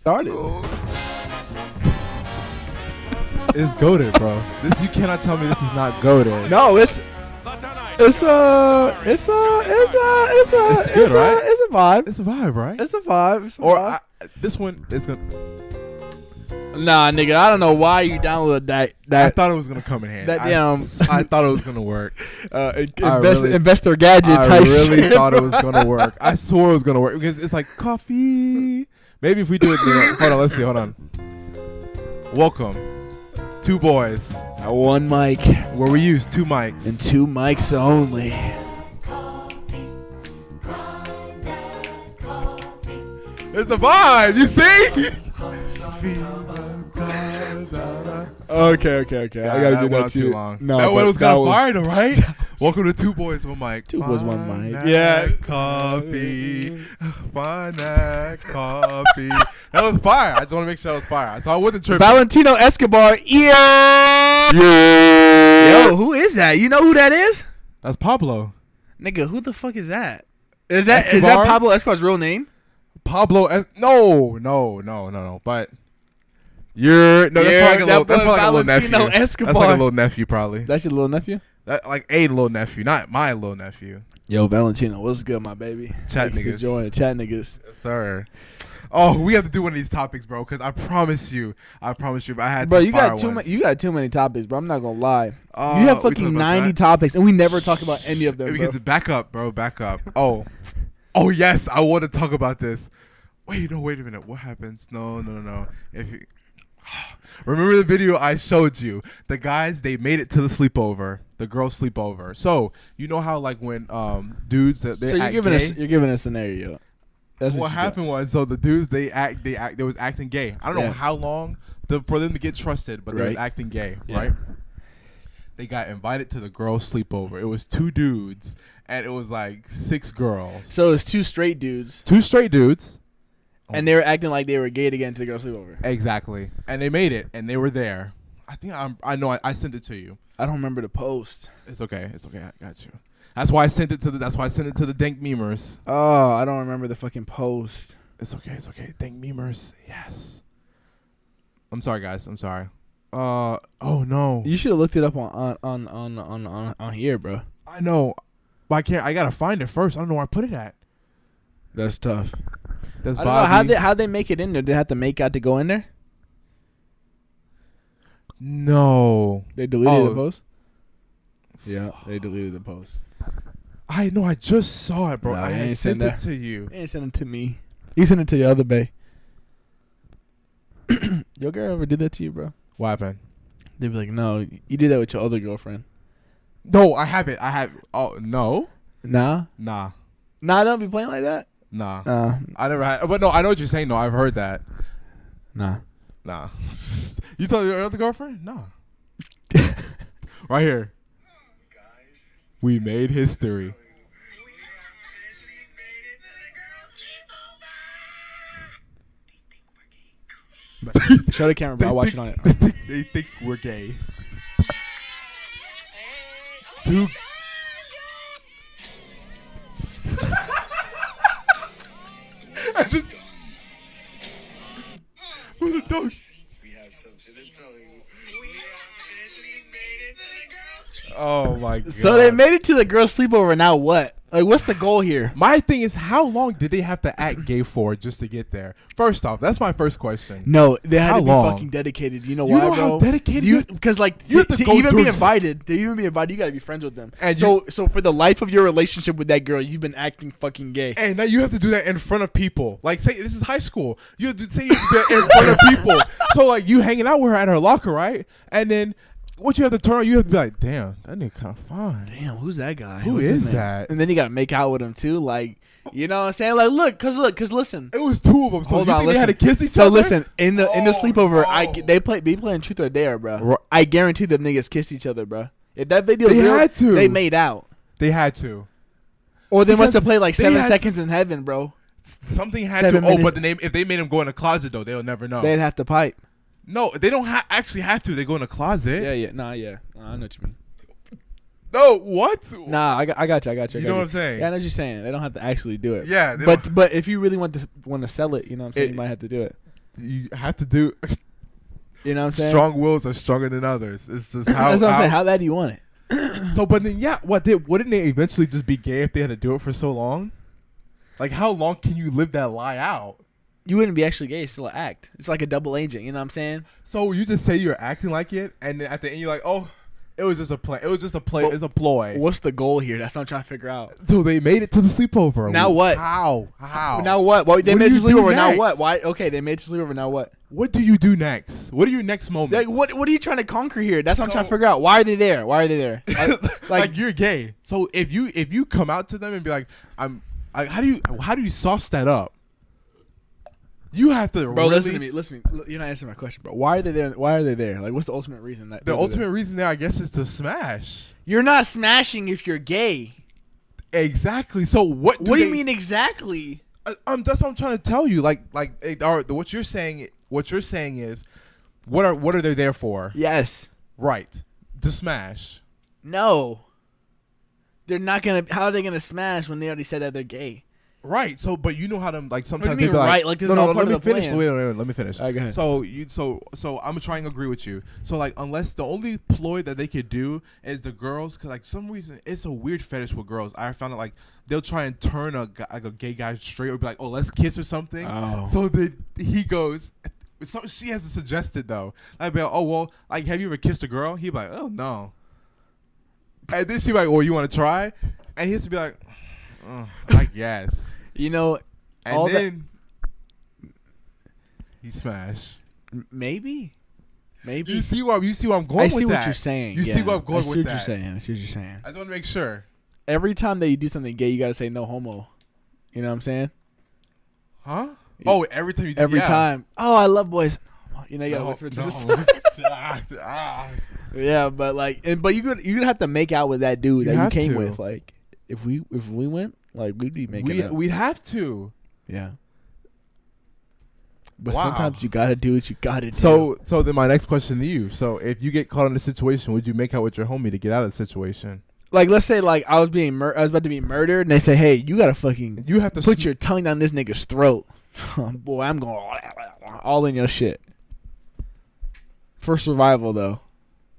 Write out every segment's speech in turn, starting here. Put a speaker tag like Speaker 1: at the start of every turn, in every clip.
Speaker 1: started.
Speaker 2: It's goaded, bro. This, you cannot tell me this is not goaded.
Speaker 1: No, it's it's a it's a it's a it's a
Speaker 2: It's
Speaker 1: it's,
Speaker 2: good,
Speaker 1: a
Speaker 2: right?
Speaker 1: it's a vibe.
Speaker 2: It's a vibe, right?
Speaker 1: It's a vibe. It's a
Speaker 2: or
Speaker 1: vibe.
Speaker 2: I, this one is gonna.
Speaker 1: nah, nigga, I don't know why you downloaded that
Speaker 2: I
Speaker 1: that
Speaker 2: thought it was gonna come in handy.
Speaker 1: that
Speaker 2: I,
Speaker 1: damn
Speaker 2: I thought it was gonna work.
Speaker 1: uh, in-
Speaker 2: I
Speaker 1: invest,
Speaker 2: really-
Speaker 1: investor gadget
Speaker 2: I
Speaker 1: type
Speaker 2: really
Speaker 1: shit,
Speaker 2: thought it
Speaker 1: bro.
Speaker 2: was gonna work. I swore it was gonna work because it's like coffee. Maybe if we do it, then, hold on. Let's see. Hold on. Welcome, two boys,
Speaker 1: One mic
Speaker 2: where we use two mics.
Speaker 1: and two mics only.
Speaker 2: It's a vibe. You see?
Speaker 1: Okay, okay, okay.
Speaker 2: Yeah,
Speaker 1: I gotta
Speaker 2: that
Speaker 1: do
Speaker 2: went
Speaker 1: that
Speaker 2: on
Speaker 1: too.
Speaker 2: too long.
Speaker 1: No,
Speaker 2: that
Speaker 1: but
Speaker 2: one was kind of
Speaker 1: was-
Speaker 2: viral, right? Welcome to Two Boys One Mic.
Speaker 1: Two Boys, One Mic.
Speaker 2: Buy
Speaker 1: Yeah.
Speaker 2: that coffee, buy that coffee. That was fire. I just want to make sure that was fire. So I wasn't tripping.
Speaker 1: Valentino Escobar. Yeah. Yo, who is that? You know who that is?
Speaker 2: That's Pablo.
Speaker 1: Nigga, who the fuck is that? Is that is
Speaker 2: Escobar?
Speaker 1: that Pablo Escobar's real name?
Speaker 2: Pablo. Es- no, no, no, no, no. But you're no.
Speaker 1: Yeah,
Speaker 2: that's probably like
Speaker 1: that
Speaker 2: a little.
Speaker 1: boy
Speaker 2: That's probably like a little nephew.
Speaker 1: Valentino
Speaker 2: That's like
Speaker 1: Escobar.
Speaker 2: a little nephew, probably.
Speaker 1: That's your little nephew?
Speaker 2: That, like a little nephew, not my little nephew.
Speaker 1: Yo, Valentino, what's good, my baby?
Speaker 2: Chat
Speaker 1: Thank you for
Speaker 2: niggas.
Speaker 1: joining. Chat niggas.
Speaker 2: Sir. Oh, we have to do one of these topics, bro. Because I promise you, I promise you. I had
Speaker 1: Bro,
Speaker 2: some
Speaker 1: you
Speaker 2: fire
Speaker 1: got too
Speaker 2: ones.
Speaker 1: many. You got too many topics, bro. I'm not gonna lie.
Speaker 2: Uh,
Speaker 1: you have
Speaker 2: we talked
Speaker 1: fucking
Speaker 2: about
Speaker 1: 90
Speaker 2: that.
Speaker 1: topics, and we never talk about any of them,
Speaker 2: Because
Speaker 1: bro.
Speaker 2: back up, bro. Back up. Oh, oh yes, I want to talk about this. Wait, no, wait a minute. What happens? No, no, no, no. If you remember the video I showed you, the guys they made it to the sleepover, the girls sleepover. So you know how like when um dudes that they
Speaker 1: So you're
Speaker 2: act
Speaker 1: giving
Speaker 2: gay,
Speaker 1: us you're giving a scenario. That's
Speaker 2: what
Speaker 1: you got.
Speaker 2: happened was so the dudes they act they act they was acting gay. I don't know
Speaker 1: Yeah.
Speaker 2: how long the, for them to get trusted, but they was
Speaker 1: Right.
Speaker 2: acting gay,
Speaker 1: Yeah.
Speaker 2: right? They got invited to the girls' sleepover. It was two dudes and it was like six girls.
Speaker 1: So it's two straight dudes,
Speaker 2: Two straight dudes.
Speaker 1: and they were acting like they were gay to get into the girl sleepover.
Speaker 2: Exactly. And they made it and they were there. I think I'm I know I, I sent it to you.
Speaker 1: I don't remember the post.
Speaker 2: It's okay. It's okay. I got you. That's why I sent it to the that's why I sent it to the dank memers.
Speaker 1: Oh, I don't remember the fucking post.
Speaker 2: It's okay. It's okay. Thank memers. Yes. I'm sorry, guys. I'm sorry. Uh oh no.
Speaker 1: You should have looked it up on on on on on, on here, bro.
Speaker 2: I know, but I can't. I gotta find it first. I don't know where I put it at.
Speaker 1: That's tough.
Speaker 2: That's
Speaker 1: I don't
Speaker 2: Bobby.
Speaker 1: know how they how they make it in there. They have to make out to go in there.
Speaker 2: no,
Speaker 1: They deleted
Speaker 2: Oh.
Speaker 1: the post. Yeah, they deleted the post.
Speaker 2: I know. I just saw it, bro.
Speaker 1: No,
Speaker 2: I
Speaker 1: you
Speaker 2: had
Speaker 1: ain't
Speaker 2: sent
Speaker 1: send
Speaker 2: it
Speaker 1: that.
Speaker 2: to you.
Speaker 1: They didn't send it to me. You sent it to your other bay. your girl ever did that to you, bro?
Speaker 2: What happened?
Speaker 1: They'd be like, "No, you did that with your other girlfriend."
Speaker 2: No, I have it. I have. Oh no,
Speaker 1: Nah,
Speaker 2: nah,
Speaker 1: nah, don't be playing like that.
Speaker 2: nah.
Speaker 1: Nah,
Speaker 2: I never had. But no, I know what you're saying. No, I've heard that.
Speaker 1: nah.
Speaker 2: Nah. you told your other girlfriend? Nah. Right here. We made history.
Speaker 1: Show the camera, bro. I'll watch it on it.
Speaker 2: They think, they think we're gay. Two. And just- Who's the dog? Oh my god.
Speaker 1: So they made it to the girl sleepover. Now what? Like, what's the goal here?
Speaker 2: My thing is, how long did they have to act gay for just to get there? First off, that's my first question.
Speaker 1: No, they had
Speaker 2: How
Speaker 1: to be
Speaker 2: long?
Speaker 1: fucking dedicated. You know
Speaker 2: You
Speaker 1: why,
Speaker 2: know how
Speaker 1: bro?
Speaker 2: dedicated
Speaker 1: you
Speaker 2: you-
Speaker 1: because like
Speaker 2: you have
Speaker 1: to, to
Speaker 2: to go
Speaker 1: even
Speaker 2: through
Speaker 1: be
Speaker 2: s-
Speaker 1: invited, to even be invited, you gotta be friends with them.
Speaker 2: And
Speaker 1: so, so for the life of your relationship with that girl, you've been acting fucking gay.
Speaker 2: And now you have to do that in front of people. Like, say this is high school. You have to say you have to do that in front of people. So like, you hanging out with her at her locker, right? And then what you have to turn on, you have to be like, damn, that nigga kind of fine.
Speaker 1: Damn, who's that guy?
Speaker 2: Who
Speaker 1: What's his
Speaker 2: is
Speaker 1: name?
Speaker 2: that?
Speaker 1: And then you gotta make out with him too, like you know what I'm saying? Like, look, cause look, cause listen.
Speaker 2: It was two of them. So
Speaker 1: Hold
Speaker 2: you
Speaker 1: on,
Speaker 2: think they
Speaker 1: listen.
Speaker 2: had to kiss each
Speaker 1: so
Speaker 2: other?
Speaker 1: listen, in the in the
Speaker 2: Oh,
Speaker 1: sleepover, I
Speaker 2: no.
Speaker 1: g- they play they playing truth or dare, bro.
Speaker 2: Ru-
Speaker 1: I guarantee them niggas kissed each other, bro. If that video,
Speaker 2: They
Speaker 1: real,
Speaker 2: had to.
Speaker 1: they made out,
Speaker 2: they had to.
Speaker 1: or they
Speaker 2: Because
Speaker 1: must have played like
Speaker 2: they
Speaker 1: seven
Speaker 2: had to-
Speaker 1: seconds in heaven, bro.
Speaker 2: Something had
Speaker 1: Seven
Speaker 2: to. Oh,
Speaker 1: minutes.
Speaker 2: but the name. If they made him go in a closet though, they'll never know.
Speaker 1: They'd have to pipe.
Speaker 2: no, they don't ha- actually have to. They go in a closet.
Speaker 1: Yeah, yeah, nah, yeah. Nah, I know what you mean.
Speaker 2: No, what?
Speaker 1: Nah, I got, I got you, I got you. I
Speaker 2: You
Speaker 1: got
Speaker 2: know what I'm saying?
Speaker 1: Yeah, I know what you're saying. They don't have to actually do it.
Speaker 2: Yeah, they
Speaker 1: but
Speaker 2: don't-
Speaker 1: but if you really want to want to sell it, you know what I'm saying.
Speaker 2: It-
Speaker 1: you might have to do it.
Speaker 2: you have to do.
Speaker 1: You know what I'm saying?
Speaker 2: Strong wills are stronger than others. It's just how.
Speaker 1: That's what I'm
Speaker 2: how-
Speaker 1: saying. How bad do you want it?
Speaker 2: So, but then, yeah, what did wouldn't they eventually just be gay if they had to do it for so long? Like, how long can you live that lie out?
Speaker 1: You wouldn't be actually gay. It's still an act. It's like a double agent. You know what I'm saying?
Speaker 2: So you just say you're acting like it, and then at the end you're like, oh, it was just a play. It was just a play. It's a ploy.
Speaker 1: What's the goal here? That's what I'm trying to figure out.
Speaker 2: So they made it to the sleepover.
Speaker 1: Now what?
Speaker 2: How? How?
Speaker 1: Now what? Well, they
Speaker 2: What do
Speaker 1: made
Speaker 2: you
Speaker 1: the
Speaker 2: do
Speaker 1: sleepover. Now
Speaker 2: next?
Speaker 1: what? Why? Okay, they made the sleepover. Now what?
Speaker 2: What do you do next? What are your next moments?
Speaker 1: Like, what? What are you trying to conquer here? That's what I'm trying to
Speaker 2: So-
Speaker 1: figure out. Why are they there? Why are they there? I-
Speaker 2: like, you're gay. So if you if you come out to them and be like, I'm, I, how do you how do you sauce that up? You have to
Speaker 1: bro,
Speaker 2: really,
Speaker 1: listen to me. Listen to me. L- You're not answering my question, bro. Why are they there? Why are they there? Like, what's the ultimate reason? That
Speaker 2: The
Speaker 1: they're
Speaker 2: ultimate
Speaker 1: there?
Speaker 2: reason there, I guess, is to smash.
Speaker 1: You're not smashing if you're gay.
Speaker 2: Exactly. So what?
Speaker 1: what do you
Speaker 2: they-
Speaker 1: mean exactly?
Speaker 2: Uh, Um, that's what I'm trying to tell you. Like, like, it, all right, what you're saying, what you're saying is, what are what are they there for?
Speaker 1: Yes.
Speaker 2: Right. To smash.
Speaker 1: No. They're not gonna. How are they gonna smash when they already said that they're gay?
Speaker 2: Right. So, but you know how to like sometimes
Speaker 1: mean,
Speaker 2: they be like,
Speaker 1: right? Like, this
Speaker 2: no,
Speaker 1: is
Speaker 2: no,
Speaker 1: all
Speaker 2: no,
Speaker 1: part
Speaker 2: let me
Speaker 1: of the
Speaker 2: finish.
Speaker 1: plan.
Speaker 2: Wait, wait, wait, let me finish.
Speaker 1: All right, go ahead.
Speaker 2: So you, so, so I'm trying to agree with you. So like, unless the only ploy that they could do is the girls, cause like some reason it's a weird fetish with girls. I found it like they'll try and turn a gu- like a gay guy straight or be like, oh, let's kiss or something.
Speaker 1: Oh.
Speaker 2: So then he goes. So she has suggested though. I'd be like, oh well, like have you ever kissed a girl? He'd be like, oh no. And then she like, well, you want to try? And he has to be like, oh, I guess.
Speaker 1: You know,
Speaker 2: And
Speaker 1: all that
Speaker 2: then he smashed.
Speaker 1: M- maybe, maybe.
Speaker 2: You see where you see where I'm going
Speaker 1: I
Speaker 2: with
Speaker 1: see what
Speaker 2: that.
Speaker 1: you're saying.
Speaker 2: You
Speaker 1: yeah.
Speaker 2: see where I'm going
Speaker 1: I see
Speaker 2: with
Speaker 1: what
Speaker 2: that.
Speaker 1: you're saying. I see what you're saying.
Speaker 2: I just want to make sure.
Speaker 1: Every time that you do something gay, you gotta say no homo. You know what I'm saying?
Speaker 2: Huh? Oh, every time you do-
Speaker 1: Every
Speaker 2: yeah.
Speaker 1: time. Oh, I love boys. You know, you gotta
Speaker 2: No,
Speaker 1: whisper to
Speaker 2: no.
Speaker 1: this.
Speaker 2: Ah, ah.
Speaker 1: yeah, but like, and but you could you would have to make out with that dude that you
Speaker 2: have
Speaker 1: came
Speaker 2: to.
Speaker 1: with. Like, if we if we went, like, we'd be making
Speaker 2: we
Speaker 1: out.
Speaker 2: we have to.
Speaker 1: yeah. But
Speaker 2: Wow.
Speaker 1: sometimes you gotta do what you gotta do.
Speaker 2: So so then my next question to you. So if you get caught in a situation, would you make out with your homie to get out of the situation?
Speaker 1: like, let's say like I was being mur- I was about to be murdered, and they say, hey, you gotta fucking
Speaker 2: You have to
Speaker 1: put
Speaker 2: sm-
Speaker 1: your tongue down this nigga's throat. Boy, I'm going all in your shit. For survival though.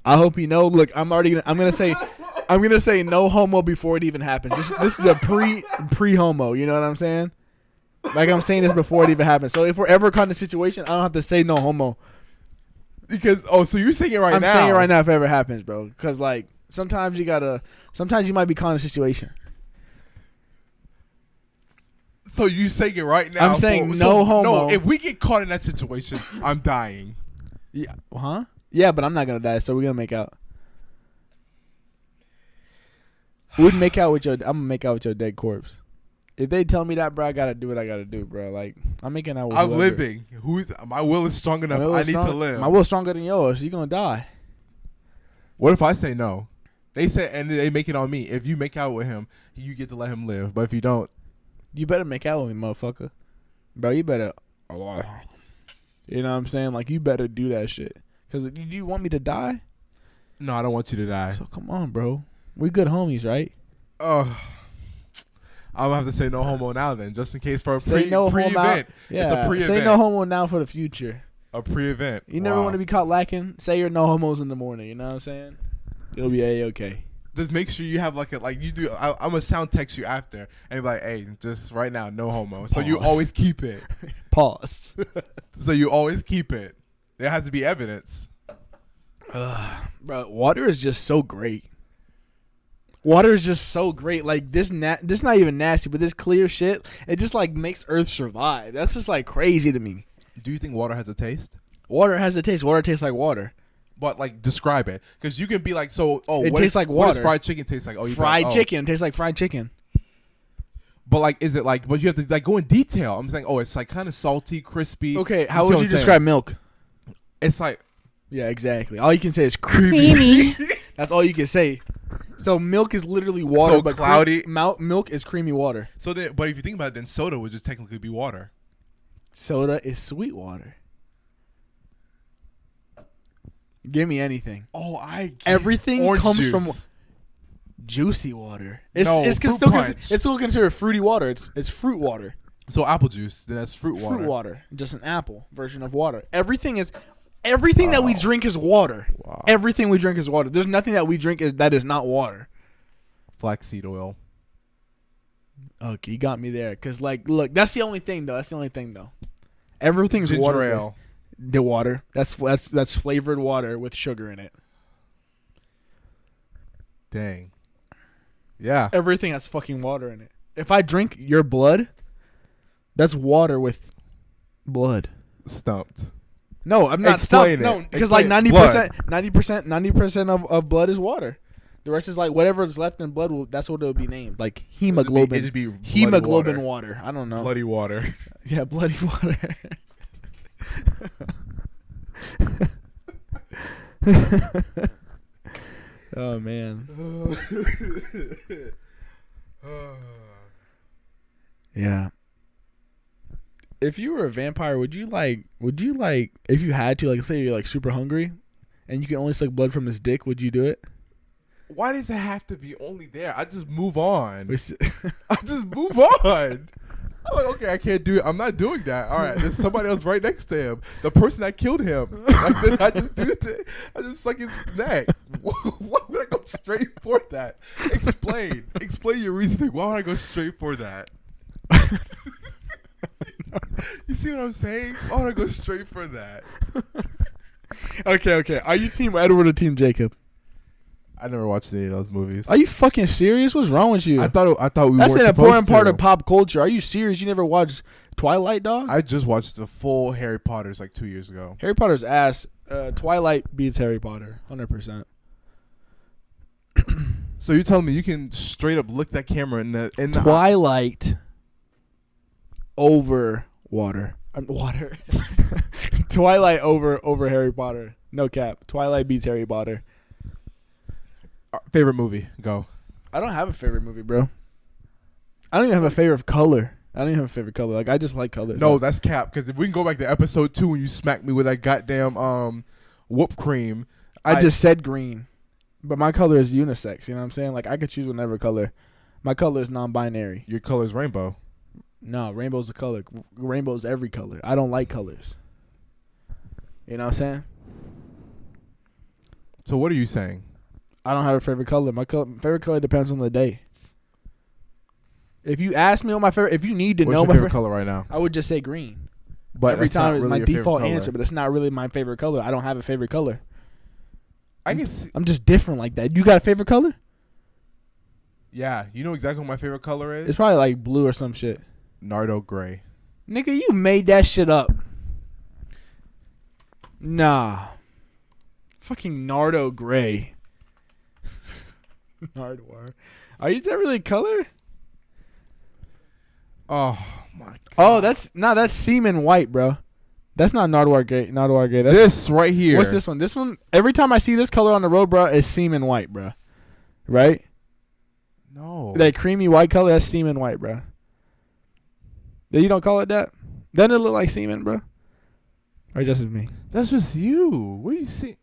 Speaker 1: I hope you know. Look, I'm already gonna I'm gonna say I'm gonna say no homo before it even happens. This this is a pre pre homo, you know what I'm saying? Like I'm saying this before it even happens. So if we're ever caught in a situation, I don't have to say no homo.
Speaker 2: because oh, so you're saying it right
Speaker 1: I'm
Speaker 2: now.
Speaker 1: saying it right now if it ever happens, bro. Cause like sometimes you gotta sometimes you might be caught in a situation.
Speaker 2: So you saying it right now.
Speaker 1: saying
Speaker 2: for-
Speaker 1: no
Speaker 2: so,
Speaker 1: homo.
Speaker 2: No, if we get caught in that situation, I'm dying.
Speaker 1: Yeah. Huh? Yeah, but I'm not gonna die, so we're gonna make out. We'd make out with your. I'm gonna make out with your dead corpse. If they tell me that, bro, I gotta do what I gotta do, bro. Like I'm making out with.
Speaker 2: I'm
Speaker 1: whoever.
Speaker 2: living. Who's my will is strong
Speaker 1: My
Speaker 2: enough.
Speaker 1: will
Speaker 2: I
Speaker 1: is
Speaker 2: need
Speaker 1: strong-
Speaker 2: to live.
Speaker 1: My will's stronger than yours. You're gonna die.
Speaker 2: What if I say no? They say and they make it on me. If you make out with him, you get to let him live. But if you don't,
Speaker 1: You better make out with me, motherfucker. Bro, you better. You know what I'm saying? Like you better do that shit. Cause do you want me to die?
Speaker 2: no, I don't want you to die.
Speaker 1: So come on, bro. We good homies, right?
Speaker 2: Oh, I'm gonna have to say no homo now then, just in case for a
Speaker 1: Say
Speaker 2: pre
Speaker 1: no
Speaker 2: pre
Speaker 1: homo.
Speaker 2: event.
Speaker 1: Yeah.
Speaker 2: It's a pre
Speaker 1: Say
Speaker 2: event.
Speaker 1: no homo now for the future.
Speaker 2: a pre event.
Speaker 1: You never want to be caught lacking. Say you're no homos in the morning. You know what I'm saying? It'll be a okay.
Speaker 2: Just make sure you have like a like you do. I, I'm gonna sound text you after and be like, hey, just right now, no homo. So you
Speaker 1: Pause.
Speaker 2: always keep it.
Speaker 1: Pause.
Speaker 2: so you always keep it. There has to be evidence.
Speaker 1: Bro, water is just so great. Water is just so great. Like this, na- this not even nasty, but this clear shit, it just like makes Earth survive. That's just like crazy to me.
Speaker 2: Do you think water has a taste?
Speaker 1: Water has a taste. Water tastes like water.
Speaker 2: But like, describe it, because you can be like, so oh,
Speaker 1: It
Speaker 2: what
Speaker 1: tastes
Speaker 2: is-
Speaker 1: like
Speaker 2: What does
Speaker 1: water.
Speaker 2: fried chicken taste like? Oh, you
Speaker 1: fried
Speaker 2: oh.
Speaker 1: chicken tastes like fried chicken.
Speaker 2: But like, is it like? But you have to like go in detail. I'm saying, oh, it's like kind of salty, crispy.
Speaker 1: Okay, how
Speaker 2: see
Speaker 1: would you
Speaker 2: what I'm saying?
Speaker 1: describe milk?
Speaker 2: It's like
Speaker 1: Yeah, exactly. All you can say is creamy. That's all you can say. So milk is literally water,
Speaker 2: So
Speaker 1: but cre-
Speaker 2: cloudy.
Speaker 1: mou- milk is creamy water.
Speaker 2: so. Then, but if you think about it, then soda would just technically be water.
Speaker 1: Soda is sweet water. Give me anything.
Speaker 2: Oh, I get
Speaker 1: Everything
Speaker 2: Orange
Speaker 1: comes
Speaker 2: juice.
Speaker 1: from juicy water. It's
Speaker 2: No,
Speaker 1: it's con-
Speaker 2: fruit
Speaker 1: still con-
Speaker 2: punch.
Speaker 1: it's still considered fruity water. It's it's fruit water.
Speaker 2: So apple juice, then that's fruit water.
Speaker 1: Fruit water, just an apple version of water. Everything is, everything that we
Speaker 2: Wow.
Speaker 1: drink is water.
Speaker 2: Wow.
Speaker 1: Everything we drink is water. There's nothing that we drink is that is not water.
Speaker 2: Flaxseed oil.
Speaker 1: Okay, you got me there. Cause like, look, that's the only thing though. That's the only thing though. Everything's
Speaker 2: Ginger
Speaker 1: water.
Speaker 2: ale.
Speaker 1: The water. That's that's that's flavored water with sugar in it.
Speaker 2: Dang. Yeah.
Speaker 1: Everything has fucking water in it. If I drink your blood, that's water with blood.
Speaker 2: Stumped.
Speaker 1: No, I'm not
Speaker 2: Explain
Speaker 1: stumped. No,
Speaker 2: it.
Speaker 1: because like
Speaker 2: Explain it.
Speaker 1: ninety percent, ninety percent, ninety percent of of blood is water. The rest is like whatever's left in blood. Will, that's what it'll be named, like hemoglobin.
Speaker 2: it'd be bloody
Speaker 1: hemoglobin water.
Speaker 2: water.
Speaker 1: I don't know.
Speaker 2: Bloody water.
Speaker 1: Yeah, bloody water. oh man. Yeah. If you were a vampire, would you like? Would you like? If you had to, like, say you're like super hungry, and you can only suck blood from his dick, would you do it?
Speaker 2: Why does it have to be only there? I just move on.
Speaker 1: We s-
Speaker 2: I just move on. I'm like, okay, I can't do it. I'm not doing that. All right, there's somebody else right next to him. The person that killed him. Like, then I just do it. To, I just suck his neck. Why would I go straight for that? Explain. Explain your reasoning. Why would I go straight for that? you see what I'm saying? Why would I go straight for that?
Speaker 1: okay, okay. Are you team Edward or team Jacob?
Speaker 2: I never watched any of those movies.
Speaker 1: Are you fucking serious? What's wrong with you?
Speaker 2: I thought I thought we
Speaker 1: That's
Speaker 2: were
Speaker 1: an important part of pop culture. Are you serious? You never watched Twilight, dog?
Speaker 2: I just watched the full Harry Potter's like two years ago.
Speaker 1: Harry Potter's ass. Uh, Twilight beats Harry Potter, hundred percent.
Speaker 2: So you're telling me you can straight up look that camera in the in the eye?
Speaker 1: Twilight over water. Um, water. Twilight over over Harry Potter. No cap. Twilight beats Harry Potter.
Speaker 2: Uh, favorite movie? Go.
Speaker 1: I don't have a favorite movie, bro. I don't even have a favorite color. I don't even have a favorite color. Like I just like colors.
Speaker 2: No, that's cap. Because if we can go back to episode two when you smacked me with that goddamn um whoop cream,
Speaker 1: I just said green, but my color is unisex. You know what I'm saying? Like I could choose whatever color. My color is non-binary.
Speaker 2: your color's rainbow.
Speaker 1: No, rainbow's a color. Rainbow's every color. I don't like colors. You know what I'm saying?
Speaker 2: So what are you saying?
Speaker 1: I don't have a favorite color. My color, favorite color depends on the day. If you ask me on my favorite, if you need to
Speaker 2: What's
Speaker 1: know
Speaker 2: your
Speaker 1: my
Speaker 2: favorite
Speaker 1: favorite,
Speaker 2: color right now?
Speaker 1: I would just say green.
Speaker 2: But
Speaker 1: Every
Speaker 2: that's not
Speaker 1: time is
Speaker 2: really
Speaker 1: my
Speaker 2: your favorite
Speaker 1: default
Speaker 2: color.
Speaker 1: answer, but it's not really my favorite color. I don't have a favorite color.
Speaker 2: I can see.
Speaker 1: I'm just different like that. You got a favorite color?
Speaker 2: Yeah, you know exactly what my favorite color is.
Speaker 1: It's probably like blue or some shit.
Speaker 2: Nardo gray.
Speaker 1: Nigga, you made that shit up. Nah. Fucking Nardo Gray. Nardwar. Are you that really color?
Speaker 2: Oh my. God.
Speaker 1: Oh, that's no, that's semen white, bro. That's not Nardwar gray. Nardwar gray. That's,
Speaker 2: this right here.
Speaker 1: What's this one? This one. Every time I see this color on the road, bro, it's semen white, bro. Right?
Speaker 2: No.
Speaker 1: That creamy white color. That's semen white, bro. That you don't call it that? Doesn't it look like semen, bro? Or just as me?
Speaker 2: That's just you. What do you see?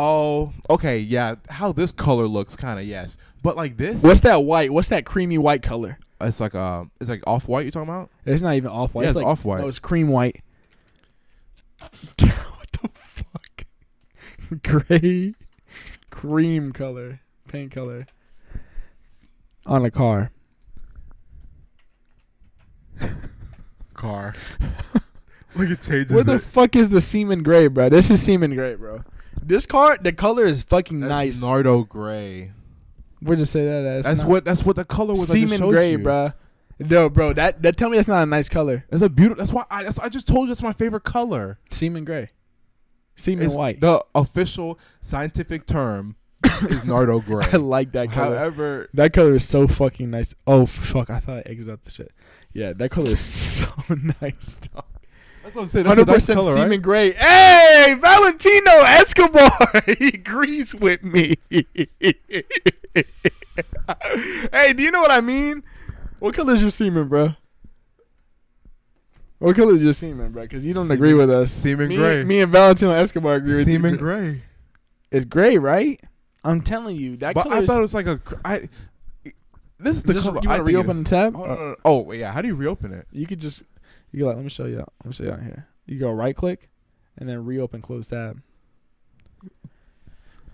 Speaker 2: Oh, okay, yeah. How this color looks, kind of yes, but like this,
Speaker 1: What's that white? What's that creamy white color?
Speaker 2: it's like um, it's like off white. You talking about?
Speaker 1: It's not even off white.
Speaker 2: Yeah, it's
Speaker 1: like,
Speaker 2: off-white.
Speaker 1: No, it's cream white. what the fuck? Gray, cream color, paint color on a car.
Speaker 2: Car. Look, it changes.
Speaker 1: What the fuck is the semen gray, bro? This is semen gray, bro. This car, the color is fucking
Speaker 2: that's
Speaker 1: nice.
Speaker 2: Nardo gray.
Speaker 1: We'll just say that as
Speaker 2: that's
Speaker 1: not-
Speaker 2: what. That's what the color was. I just
Speaker 1: semen
Speaker 2: showed
Speaker 1: gray,
Speaker 2: you.
Speaker 1: bro. No, bro, that that tell me that's not a nice color.
Speaker 2: That's a beautiful. That's why. I, that's, I just told you that's my favorite color.
Speaker 1: Semen gray, semen
Speaker 2: It's
Speaker 1: white.
Speaker 2: The official scientific term is Nardo gray.
Speaker 1: I like that color.
Speaker 2: However,
Speaker 1: That color is so fucking nice. Oh fuck! I thought I exited out the shit. Yeah, that color is so nice.
Speaker 2: that's what I'm saying. That's a
Speaker 1: Hundred
Speaker 2: nice
Speaker 1: percent
Speaker 2: color,
Speaker 1: semen
Speaker 2: right?
Speaker 1: gray. Hey, Valentino Escobar, he agrees with me. hey, do you know what I mean? What color is your semen, bro? What color is your semen, bro? Because you don't agree with us.
Speaker 2: Semen
Speaker 1: me,
Speaker 2: gray.
Speaker 1: Me and Valentino Escobar agree with
Speaker 2: Semen
Speaker 1: you.
Speaker 2: gray.
Speaker 1: It's gray, right? I'm telling you, that
Speaker 2: But
Speaker 1: color.
Speaker 2: I
Speaker 1: is-
Speaker 2: thought it was like a. cr- I. This is the
Speaker 1: Just-
Speaker 2: color.
Speaker 1: you
Speaker 2: I
Speaker 1: want to
Speaker 2: think it's-
Speaker 1: reopen the tab?
Speaker 2: Oh, no, no, no. Oh, wait, yeah. How do you reopen it?
Speaker 1: You could just you go like let me show you out. Let me show you out here. You go right click and then reopen close tab.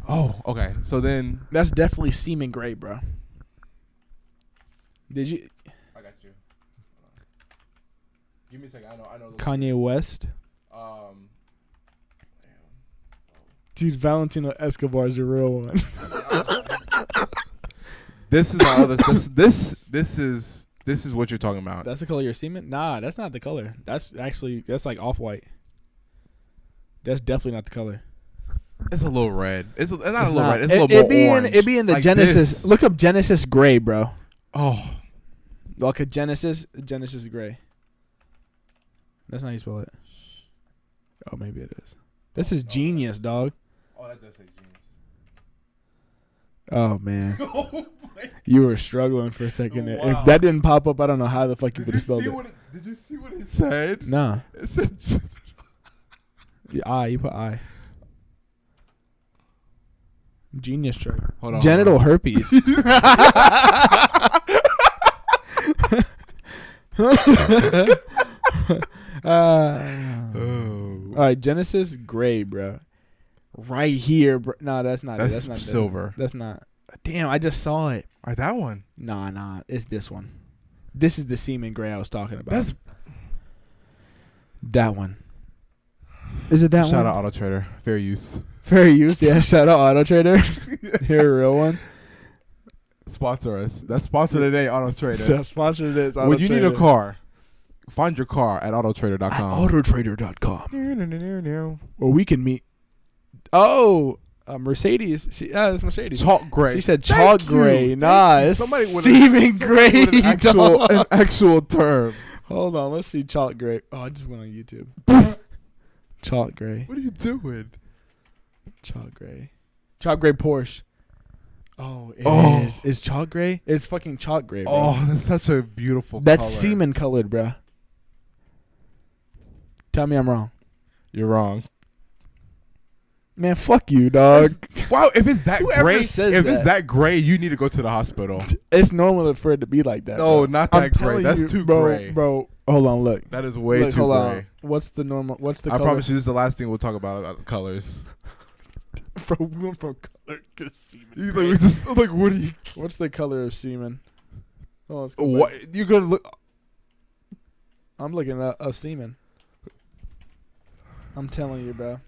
Speaker 2: Oh, okay. So then.
Speaker 1: That's definitely semen gray, bro. Did you
Speaker 2: I got you. Give me a second. I know. I know.
Speaker 1: Kanye West?
Speaker 2: Um.
Speaker 1: Dude, Valentino Escobar is the real one.
Speaker 2: This is my other. This, this this is this is what you're talking about.
Speaker 1: that's the color of your semen? Nah, that's not the color. That's actually that's like off white. That's definitely not the color.
Speaker 2: It's a little red. It's, a, it's not
Speaker 1: It's
Speaker 2: a little
Speaker 1: not.
Speaker 2: red. It's
Speaker 1: It-
Speaker 2: a little
Speaker 1: it
Speaker 2: more
Speaker 1: be
Speaker 2: orange.
Speaker 1: In, it be in the
Speaker 2: Like
Speaker 1: Genesis.
Speaker 2: this.
Speaker 1: Look up Genesis gray, bro.
Speaker 2: Oh,
Speaker 1: Like a Genesis, Genesis gray. That's not how you spell it. Oh, maybe it is. This is genius, dog.
Speaker 2: oh, that does say genius.
Speaker 1: Oh man,
Speaker 2: Oh my
Speaker 1: you were struggling for a second. there.
Speaker 2: Wow.
Speaker 1: If that didn't pop up, I don't know how the fuck you could
Speaker 2: Did you
Speaker 1: have
Speaker 2: see
Speaker 1: spelled it.
Speaker 2: what it? Did you see what it said?
Speaker 1: Nah,
Speaker 2: It said. gen-
Speaker 1: Y- I. You put I. Genius trick.
Speaker 2: Hold on,
Speaker 1: Genital
Speaker 2: hold on.
Speaker 1: herpes. uh,
Speaker 2: Oh,
Speaker 1: All right, Genesis gray, bro. Right here, bro. No, that's not.
Speaker 2: that's,
Speaker 1: it. that's not
Speaker 2: silver.
Speaker 1: That's not. Damn, I just saw it.
Speaker 2: All right, that one.
Speaker 1: Nah, nah, it's this one. This is the semen gray I was talking about.
Speaker 2: That's
Speaker 1: that one. Is it that
Speaker 2: shout
Speaker 1: one?
Speaker 2: out Auto Trader. Fair use.
Speaker 1: Fair use. Yeah, shout out Auto Trader. Here, a real one.
Speaker 2: Sponsor us. That's sponsor today, Auto Trader.
Speaker 1: So sponsor this. Auto
Speaker 2: when you need a
Speaker 1: Trader.
Speaker 2: car, find your car at
Speaker 1: at
Speaker 2: autotrader.com.
Speaker 1: autotrader.com, where we can meet. Oh, uh, Mercedes. She, ah, that's Mercedes.
Speaker 2: Chalk gray.
Speaker 1: She said
Speaker 2: Thank
Speaker 1: chalk
Speaker 2: you.
Speaker 1: gray.
Speaker 2: Thank
Speaker 1: nah,
Speaker 2: you.
Speaker 1: it's
Speaker 2: Somebody with a-
Speaker 1: semen
Speaker 2: somebody
Speaker 1: gray.
Speaker 2: with an actual,
Speaker 1: dog.
Speaker 2: an actual term.
Speaker 1: Hold on, let's see chalk gray. Oh, I just went on YouTube. chalk gray.
Speaker 2: What are you doing?
Speaker 1: Chalk gray. Chalk gray Porsche. Oh, it is.
Speaker 2: Oh.
Speaker 1: It's chalk gray. It's fucking chalk gray, bro.
Speaker 2: Oh, that's such a beautiful.
Speaker 1: That's
Speaker 2: color.
Speaker 1: semen colored, bro. Tell me I'm wrong.
Speaker 2: You're wrong.
Speaker 1: Man, fuck you, dog.
Speaker 2: Wow, if it's that
Speaker 1: Whoever
Speaker 2: gray,
Speaker 1: says
Speaker 2: if
Speaker 1: that.
Speaker 2: it's that gray, you need to go to the hospital.
Speaker 1: It's normal for it to be like that.
Speaker 2: No,
Speaker 1: bro.
Speaker 2: not
Speaker 1: I'm
Speaker 2: that gray.
Speaker 1: telling
Speaker 2: That's
Speaker 1: you,
Speaker 2: too
Speaker 1: bro,
Speaker 2: gray.
Speaker 1: Bro, hold on, look.
Speaker 2: That is way
Speaker 1: Look,
Speaker 2: too
Speaker 1: hold
Speaker 2: gray.
Speaker 1: on. What's the normal? What's the
Speaker 2: I
Speaker 1: color?
Speaker 2: promise you, this is the last thing we'll talk about about colors.
Speaker 1: Bro, we went from color to semen.
Speaker 2: You like,
Speaker 1: gray.
Speaker 2: we just like what are you?
Speaker 1: What's the color of semen? Hold on, let's go back.
Speaker 2: What you're gonna look?
Speaker 1: I'm looking at a semen. I'm telling you, bro.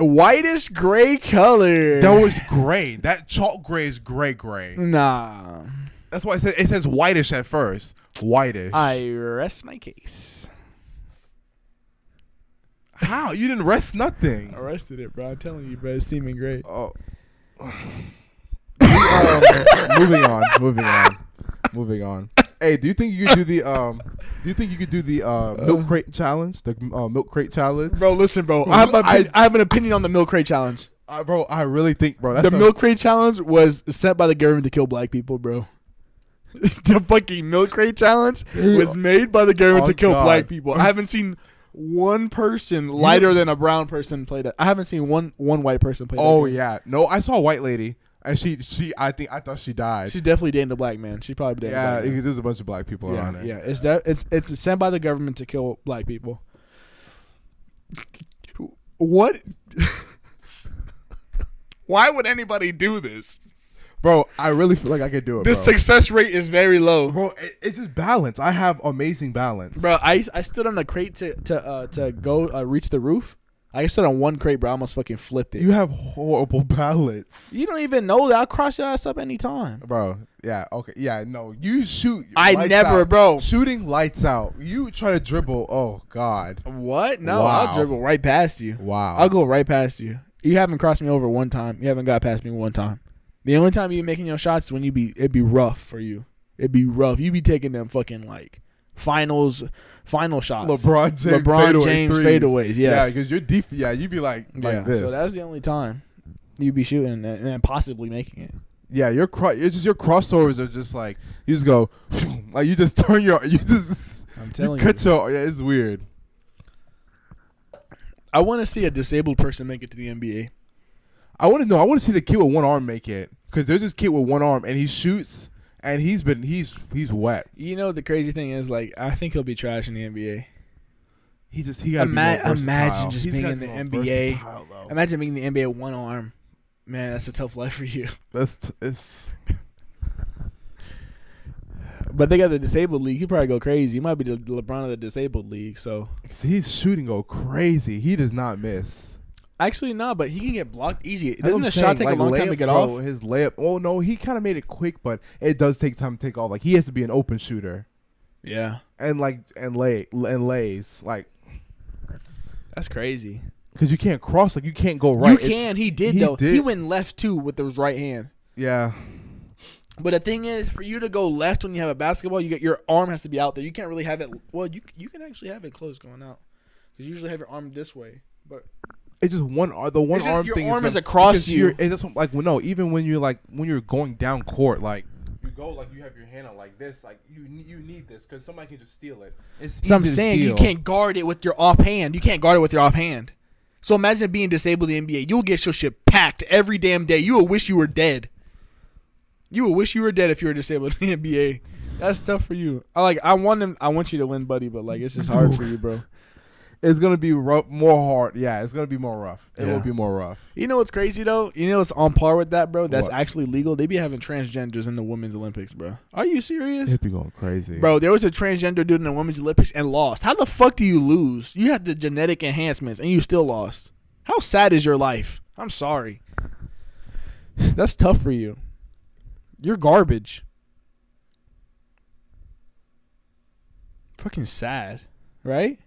Speaker 1: Whitish gray color.
Speaker 2: That was gray. That chalk gray is gray gray.
Speaker 1: nah.
Speaker 2: That's why it says it says whitish at first. Whitish.
Speaker 1: I rest my case.
Speaker 2: How you didn't rest nothing?
Speaker 1: I rested it, bro. I'm telling you, bro. It's semen gray.
Speaker 2: Oh. Um, moving on. Moving on. Moving on. Hey, do you think you could do the um? Do you think you could do the uh, milk crate challenge? The uh, milk crate challenge,
Speaker 1: Bro, listen, bro.
Speaker 2: I have a opin-
Speaker 1: have an opinion on the milk crate challenge.
Speaker 2: Uh, bro. I really think, bro. That's
Speaker 1: the
Speaker 2: a-
Speaker 1: milk crate challenge was sent by the government to kill black people, bro. the fucking milk crate challenge was made by the government
Speaker 2: Oh,
Speaker 1: to kill
Speaker 2: God.
Speaker 1: black people. I haven't seen one person lighter than a brown person play that. I haven't seen one one white person play.
Speaker 2: Oh
Speaker 1: that game.
Speaker 2: yeah. No, I saw a white lady, and she she I think I thought she died.
Speaker 1: she's definitely dating a black man. She's probably dating.
Speaker 2: yeah,
Speaker 1: a black man.
Speaker 2: because there's a bunch of black people
Speaker 1: yeah,
Speaker 2: around there.
Speaker 1: yeah. It's that. It's it's sent by the government to kill black people. What? Why would anybody do this?
Speaker 2: Bro, I really feel like I could do it.
Speaker 1: This
Speaker 2: bro.
Speaker 1: success rate is very low.
Speaker 2: bro, it, it's just balance. I have amazing balance.
Speaker 1: Bro, I I stood on a crate to to uh, to go uh, reach the roof. I stood on one crate, bro. I almost fucking flipped it.
Speaker 2: you
Speaker 1: You,
Speaker 2: have horrible balance.
Speaker 1: don't even know that. I'll cross your ass up anytime.
Speaker 2: Bro, yeah, okay, yeah, no, you shoot.
Speaker 1: I
Speaker 2: lights
Speaker 1: never,
Speaker 2: out.
Speaker 1: bro.
Speaker 2: Shooting lights out. You try to dribble. Oh God,
Speaker 1: What? No,
Speaker 2: Wow.
Speaker 1: I'll dribble right past you.
Speaker 2: wow.
Speaker 1: I'll go right past you. You haven't crossed me over one time. You haven't got past me one time. The only time you making your shots is when you be it'd be rough for you. It'd be rough. You be taking them fucking like finals, final shots.
Speaker 2: LeBron James,
Speaker 1: LeBron
Speaker 2: fadeaway
Speaker 1: James
Speaker 2: threes.
Speaker 1: fadeaways,
Speaker 2: Yeah,
Speaker 1: yes.
Speaker 2: because you're deep. Yeah, you'd be like, like
Speaker 1: yeah.
Speaker 2: this.
Speaker 1: So that's the only time you be shooting and, and possibly making it.
Speaker 2: Yeah, your cro- it's just your crossovers are just like you just go like you just turn your you just
Speaker 1: I'm
Speaker 2: you
Speaker 1: telling you.
Speaker 2: cut your yeah it's weird.
Speaker 1: I want to see a disabled person make it to the NBA.
Speaker 2: I want to know. I want to see the kid with one arm make it because there's this kid with one arm and he shoots and he's been he's he's wet.
Speaker 1: You know the crazy thing is like I think he'll be trash in the NBA.
Speaker 2: He just he got
Speaker 1: Ima-
Speaker 2: more
Speaker 1: imagine
Speaker 2: versatile.
Speaker 1: just
Speaker 2: He's
Speaker 1: being
Speaker 2: gotta
Speaker 1: in
Speaker 2: be
Speaker 1: the
Speaker 2: more
Speaker 1: NBA.
Speaker 2: versatile, though.
Speaker 1: Imagine being in the NBA with one arm. Man, that's a tough life for you.
Speaker 2: That's t- it's
Speaker 1: But they got the disabled league. He'd probably go crazy. He might be the LeBron of the disabled league. So
Speaker 2: 'cause he's shooting go crazy. He does not miss.
Speaker 1: actually, no. But he can get blocked easy.
Speaker 2: That's
Speaker 1: Doesn't
Speaker 2: what
Speaker 1: the
Speaker 2: I'm
Speaker 1: shot
Speaker 2: saying,
Speaker 1: take
Speaker 2: like,
Speaker 1: a long time to
Speaker 2: layups,
Speaker 1: get
Speaker 2: bro,
Speaker 1: off?
Speaker 2: His layup. Oh no, he kind of made it quick, but it does take time to take off. Like he has to be an open shooter
Speaker 1: Yeah,
Speaker 2: and like and lay and lays like
Speaker 1: that's crazy.
Speaker 2: because you can't cross. Like you can't go right.
Speaker 1: you
Speaker 2: It's-
Speaker 1: can. He did
Speaker 2: he
Speaker 1: though. He
Speaker 2: did.
Speaker 1: went left too with his right hand.
Speaker 2: Yeah.
Speaker 1: But the thing is, for you to go left when you have a basketball, you get your arm has to be out there. You can't really have it. Well, you you can actually have it close going out because you usually have your arm this way. But
Speaker 2: It's just one ar The one
Speaker 1: It's just
Speaker 2: arm
Speaker 1: your
Speaker 2: thing
Speaker 1: arm is
Speaker 2: is, gonna-
Speaker 1: across
Speaker 2: because
Speaker 1: you.
Speaker 2: you're- It's just like well, no. Even when you're like when you're going down court, like you go like you have your hand out like this. Like you ne- you need this because somebody can just steal it. It's easy
Speaker 1: so I'm
Speaker 2: to
Speaker 1: saying you
Speaker 2: steal.
Speaker 1: can't guard it with your off hand. You can't guard it with your off hand. So imagine being disabled in the NBA. You'll get your shit packed every damn day. You will wish you were dead. You will wish you were dead if you were disabled in the NBA. That's tough for you. I like. I want him. I want you to win, buddy. But like, it's just hard for you, bro.
Speaker 2: It's gonna be rough, more hard. Yeah, it's gonna be more rough. It
Speaker 1: Yeah.
Speaker 2: will be more rough.
Speaker 1: You know what's crazy though? You know what's on par with that, bro? That's
Speaker 2: What?
Speaker 1: actually legal. They be having transgenders in the women's Olympics, bro. Are you serious?
Speaker 2: It'd be going crazy,
Speaker 1: Bro, there was a transgender dude in the women's Olympics and lost. How the fuck do you lose? You had the genetic enhancements and you still lost. How sad is your life? I'm sorry. That's tough for you. You're garbage. Fucking sad, right?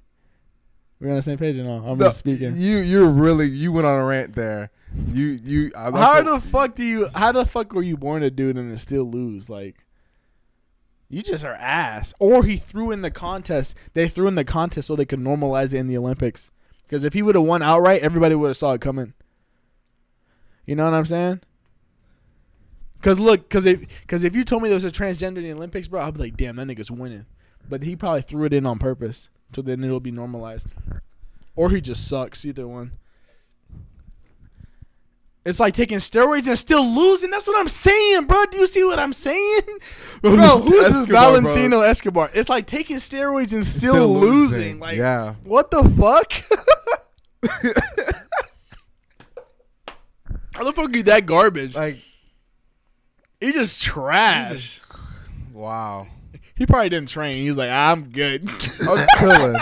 Speaker 1: We're on the same page and all. I'm
Speaker 2: No,
Speaker 1: just speaking.
Speaker 2: You you're really you went on a rant there. You you. I, that's
Speaker 1: how
Speaker 2: what-
Speaker 1: the fuck do you? How the fuck were you born a dude and then still lose? Like, you just are ass. Or he threw in the contest. They threw in the contest so they could normalize it in the Olympics. Because if he would have won outright, everybody would have saw it coming. You know what I'm saying? Cause look, cause if, cause if you told me there was a transgender in the Olympics, bro, I'd be like, damn, that nigga's winning. But he probably threw it in on purpose, so then it'll be normalized. Or he just sucks. Either one. It's like taking steroids and still losing. That's what I'm saying, bro. Do you see what I'm saying? Bro, who's this
Speaker 2: Escobar, bro.
Speaker 1: Valentino Escobar? It's like taking steroids and still,
Speaker 2: Still
Speaker 1: losing. Like,
Speaker 2: yeah.
Speaker 1: what the fuck? How the fuck you that garbage?
Speaker 2: Like
Speaker 1: he just trash.
Speaker 2: wow.
Speaker 1: He probably didn't train. He's like, I'm good.
Speaker 2: I'm chilling.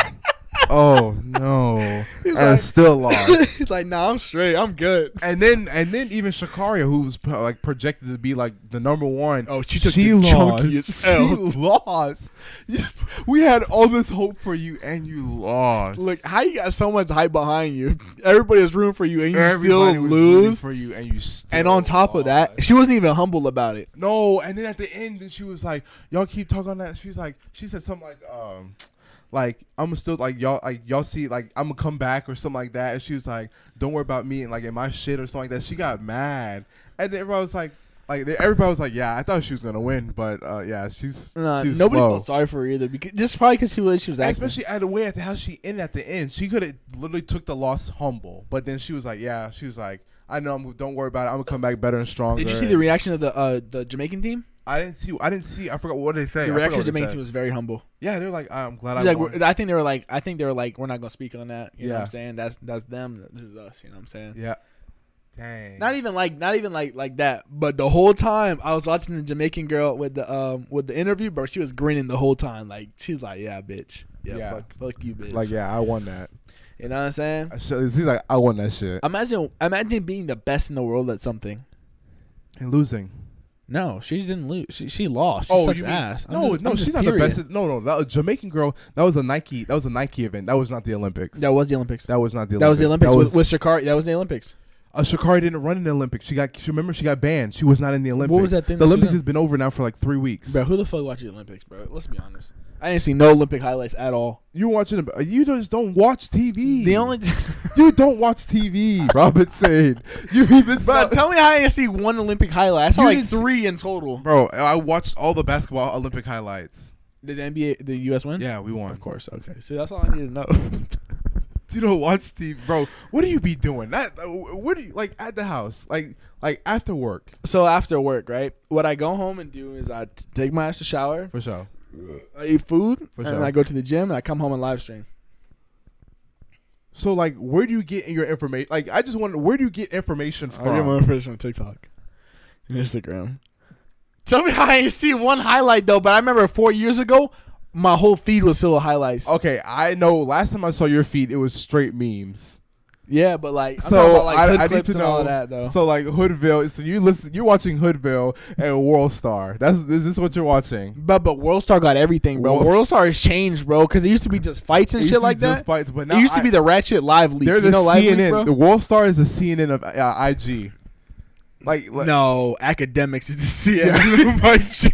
Speaker 2: oh no. And I
Speaker 1: like-
Speaker 2: still lost.
Speaker 1: He's like, nah, I'm straight. I'm good.
Speaker 2: And then and then even Shakaria, who was pro- like projected to be like the number one.
Speaker 1: Oh, she took the chunkiest L.
Speaker 2: She lost. Yes, we had all this hope for you, and you lost.
Speaker 1: Look, how you got so much hype behind you? Everybody's rooting for you, and you
Speaker 2: Everybody
Speaker 1: still
Speaker 2: was rooting
Speaker 1: lose.
Speaker 2: for you, and you still.
Speaker 1: And on top of that,
Speaker 2: lost.
Speaker 1: she wasn't even humble about it.
Speaker 2: no. And then at the end, then she was like, "Y'all keep talking on that." She's like, she said something like, um. Like I'm still like y'all like y'all see like I'm gonna come back or something like that, and she was like, "Don't worry about me and like in my shit or something like that." She got mad, and then everybody was like, like they- everybody was like, "Yeah, I thought she was gonna win, but uh, yeah, she's
Speaker 1: Nah,
Speaker 2: she was
Speaker 1: nobody
Speaker 2: slow."
Speaker 1: felt sorry for her either. Because just probably because she was she was
Speaker 2: And
Speaker 1: acting.
Speaker 2: especially at the way at the how she ended at the end. She could have literally took the loss humble, but then she was like, "Yeah," she was like, "I know, I'm, don't worry about it. I'm gonna come back better and stronger."
Speaker 1: Did you see the reaction of the uh, the Jamaican team?
Speaker 2: I didn't see. I didn't see. I forgot what they say.
Speaker 1: The
Speaker 2: I
Speaker 1: reaction of
Speaker 2: forgot
Speaker 1: the
Speaker 2: what they
Speaker 1: Jamaican
Speaker 2: said.
Speaker 1: team was very humble.
Speaker 2: Yeah, they're like, "Ah, "I'm glad I
Speaker 1: Like,
Speaker 2: won."
Speaker 1: we're- I think they were like, I think they were like, we're not gonna speak on that. You know what I'm
Speaker 2: Yeah.
Speaker 1: saying? That's that's them. This is us. You know what I'm saying?
Speaker 2: yeah. Dang.
Speaker 1: Not even like, not even like like that. But the whole time I was watching the Jamaican girl with the um with the interview, bro, she was grinning the whole time. Like she's like, yeah, bitch, yeah,
Speaker 2: Yeah.
Speaker 1: fuck, fuck you, bitch.
Speaker 2: like, yeah, I won that.
Speaker 1: you know what I'm saying?
Speaker 2: I should, he's like, I won that shit.
Speaker 1: Imagine, imagine being the best in the world at something.
Speaker 2: And losing.
Speaker 1: No, she didn't lose. She she lost. She sucks
Speaker 2: Oh, you mean-
Speaker 1: ass. I'm
Speaker 2: no,
Speaker 1: just-
Speaker 2: no,
Speaker 1: I'm
Speaker 2: she's
Speaker 1: just
Speaker 2: not the best.
Speaker 1: furious.
Speaker 2: at- No, no, that was Jamaican girl. That was a Nike. That was a Nike event. That was not the Olympics.
Speaker 1: That was the Olympics.
Speaker 2: That was not the. Olympics.
Speaker 1: That was the Olympics
Speaker 2: That
Speaker 1: with, with Shakari. That was the Olympics.
Speaker 2: Uh, Shakari didn't run in the Olympics. She got. She remember she got banned. She was not in the Olympics.
Speaker 1: was that thing that she
Speaker 2: The
Speaker 1: was
Speaker 2: Olympics
Speaker 1: in?
Speaker 2: has been over now for like three weeks.
Speaker 1: Bro, who the fuck watches the Olympics, bro? Let's be honest. I didn't see no Olympic highlights at all.
Speaker 2: You're watching. ab- You just don't watch TV.
Speaker 1: The only
Speaker 2: you don't watch TV, Robinson. You be this.
Speaker 1: bro, tell me how I didn't see one Olympic highlight. I saw
Speaker 2: You
Speaker 1: like
Speaker 2: didn't see-
Speaker 1: three in total.
Speaker 2: Bro, I watched all the basketball Olympic highlights.
Speaker 1: Did the NBA, the U.S. win?
Speaker 2: Yeah, we won.
Speaker 1: of course. Okay, see, that's all I need to know.
Speaker 2: you don't watch TV, bro, what do you be doing? That uh, what do you like at the house? Like like after work
Speaker 1: So after work, right? What I go home and do is I t- take my ass to shower,
Speaker 2: for sure.
Speaker 1: I eat food,
Speaker 2: For
Speaker 1: and then
Speaker 2: sure.
Speaker 1: I go to the gym and I come home and live stream.
Speaker 2: So like, where do you get your information? Like, I just wonder where do you get information from?
Speaker 1: information on TikTok and Instagram. Tell me how you see one highlight though, but I remember four years ago, my whole feed was full of highlights.
Speaker 2: Okay, I know. Last time I saw your feed, it was straight memes.
Speaker 1: Yeah, but like, I'm talking
Speaker 2: so
Speaker 1: about, like,
Speaker 2: I,
Speaker 1: hood
Speaker 2: I need
Speaker 1: clips
Speaker 2: to
Speaker 1: and
Speaker 2: know.
Speaker 1: all of that though.
Speaker 2: So like Hoodville. So you listen. You're watching Hoodville and World Star. That's is this what you're watching?
Speaker 1: But but Worldstar got everything, bro.
Speaker 2: World-
Speaker 1: Worldstar has changed, bro, because it used to be just fights and
Speaker 2: It used to
Speaker 1: shit
Speaker 2: be
Speaker 1: like
Speaker 2: just
Speaker 1: that.
Speaker 2: Fights, but now
Speaker 1: it used
Speaker 2: I-
Speaker 1: to be the ratchet live leak.
Speaker 2: They're
Speaker 1: You
Speaker 2: the
Speaker 1: know live leak,
Speaker 2: CNN.
Speaker 1: bro?
Speaker 2: the World Star is the CNN of uh, IG. Like, like
Speaker 1: no, academics is the CNN.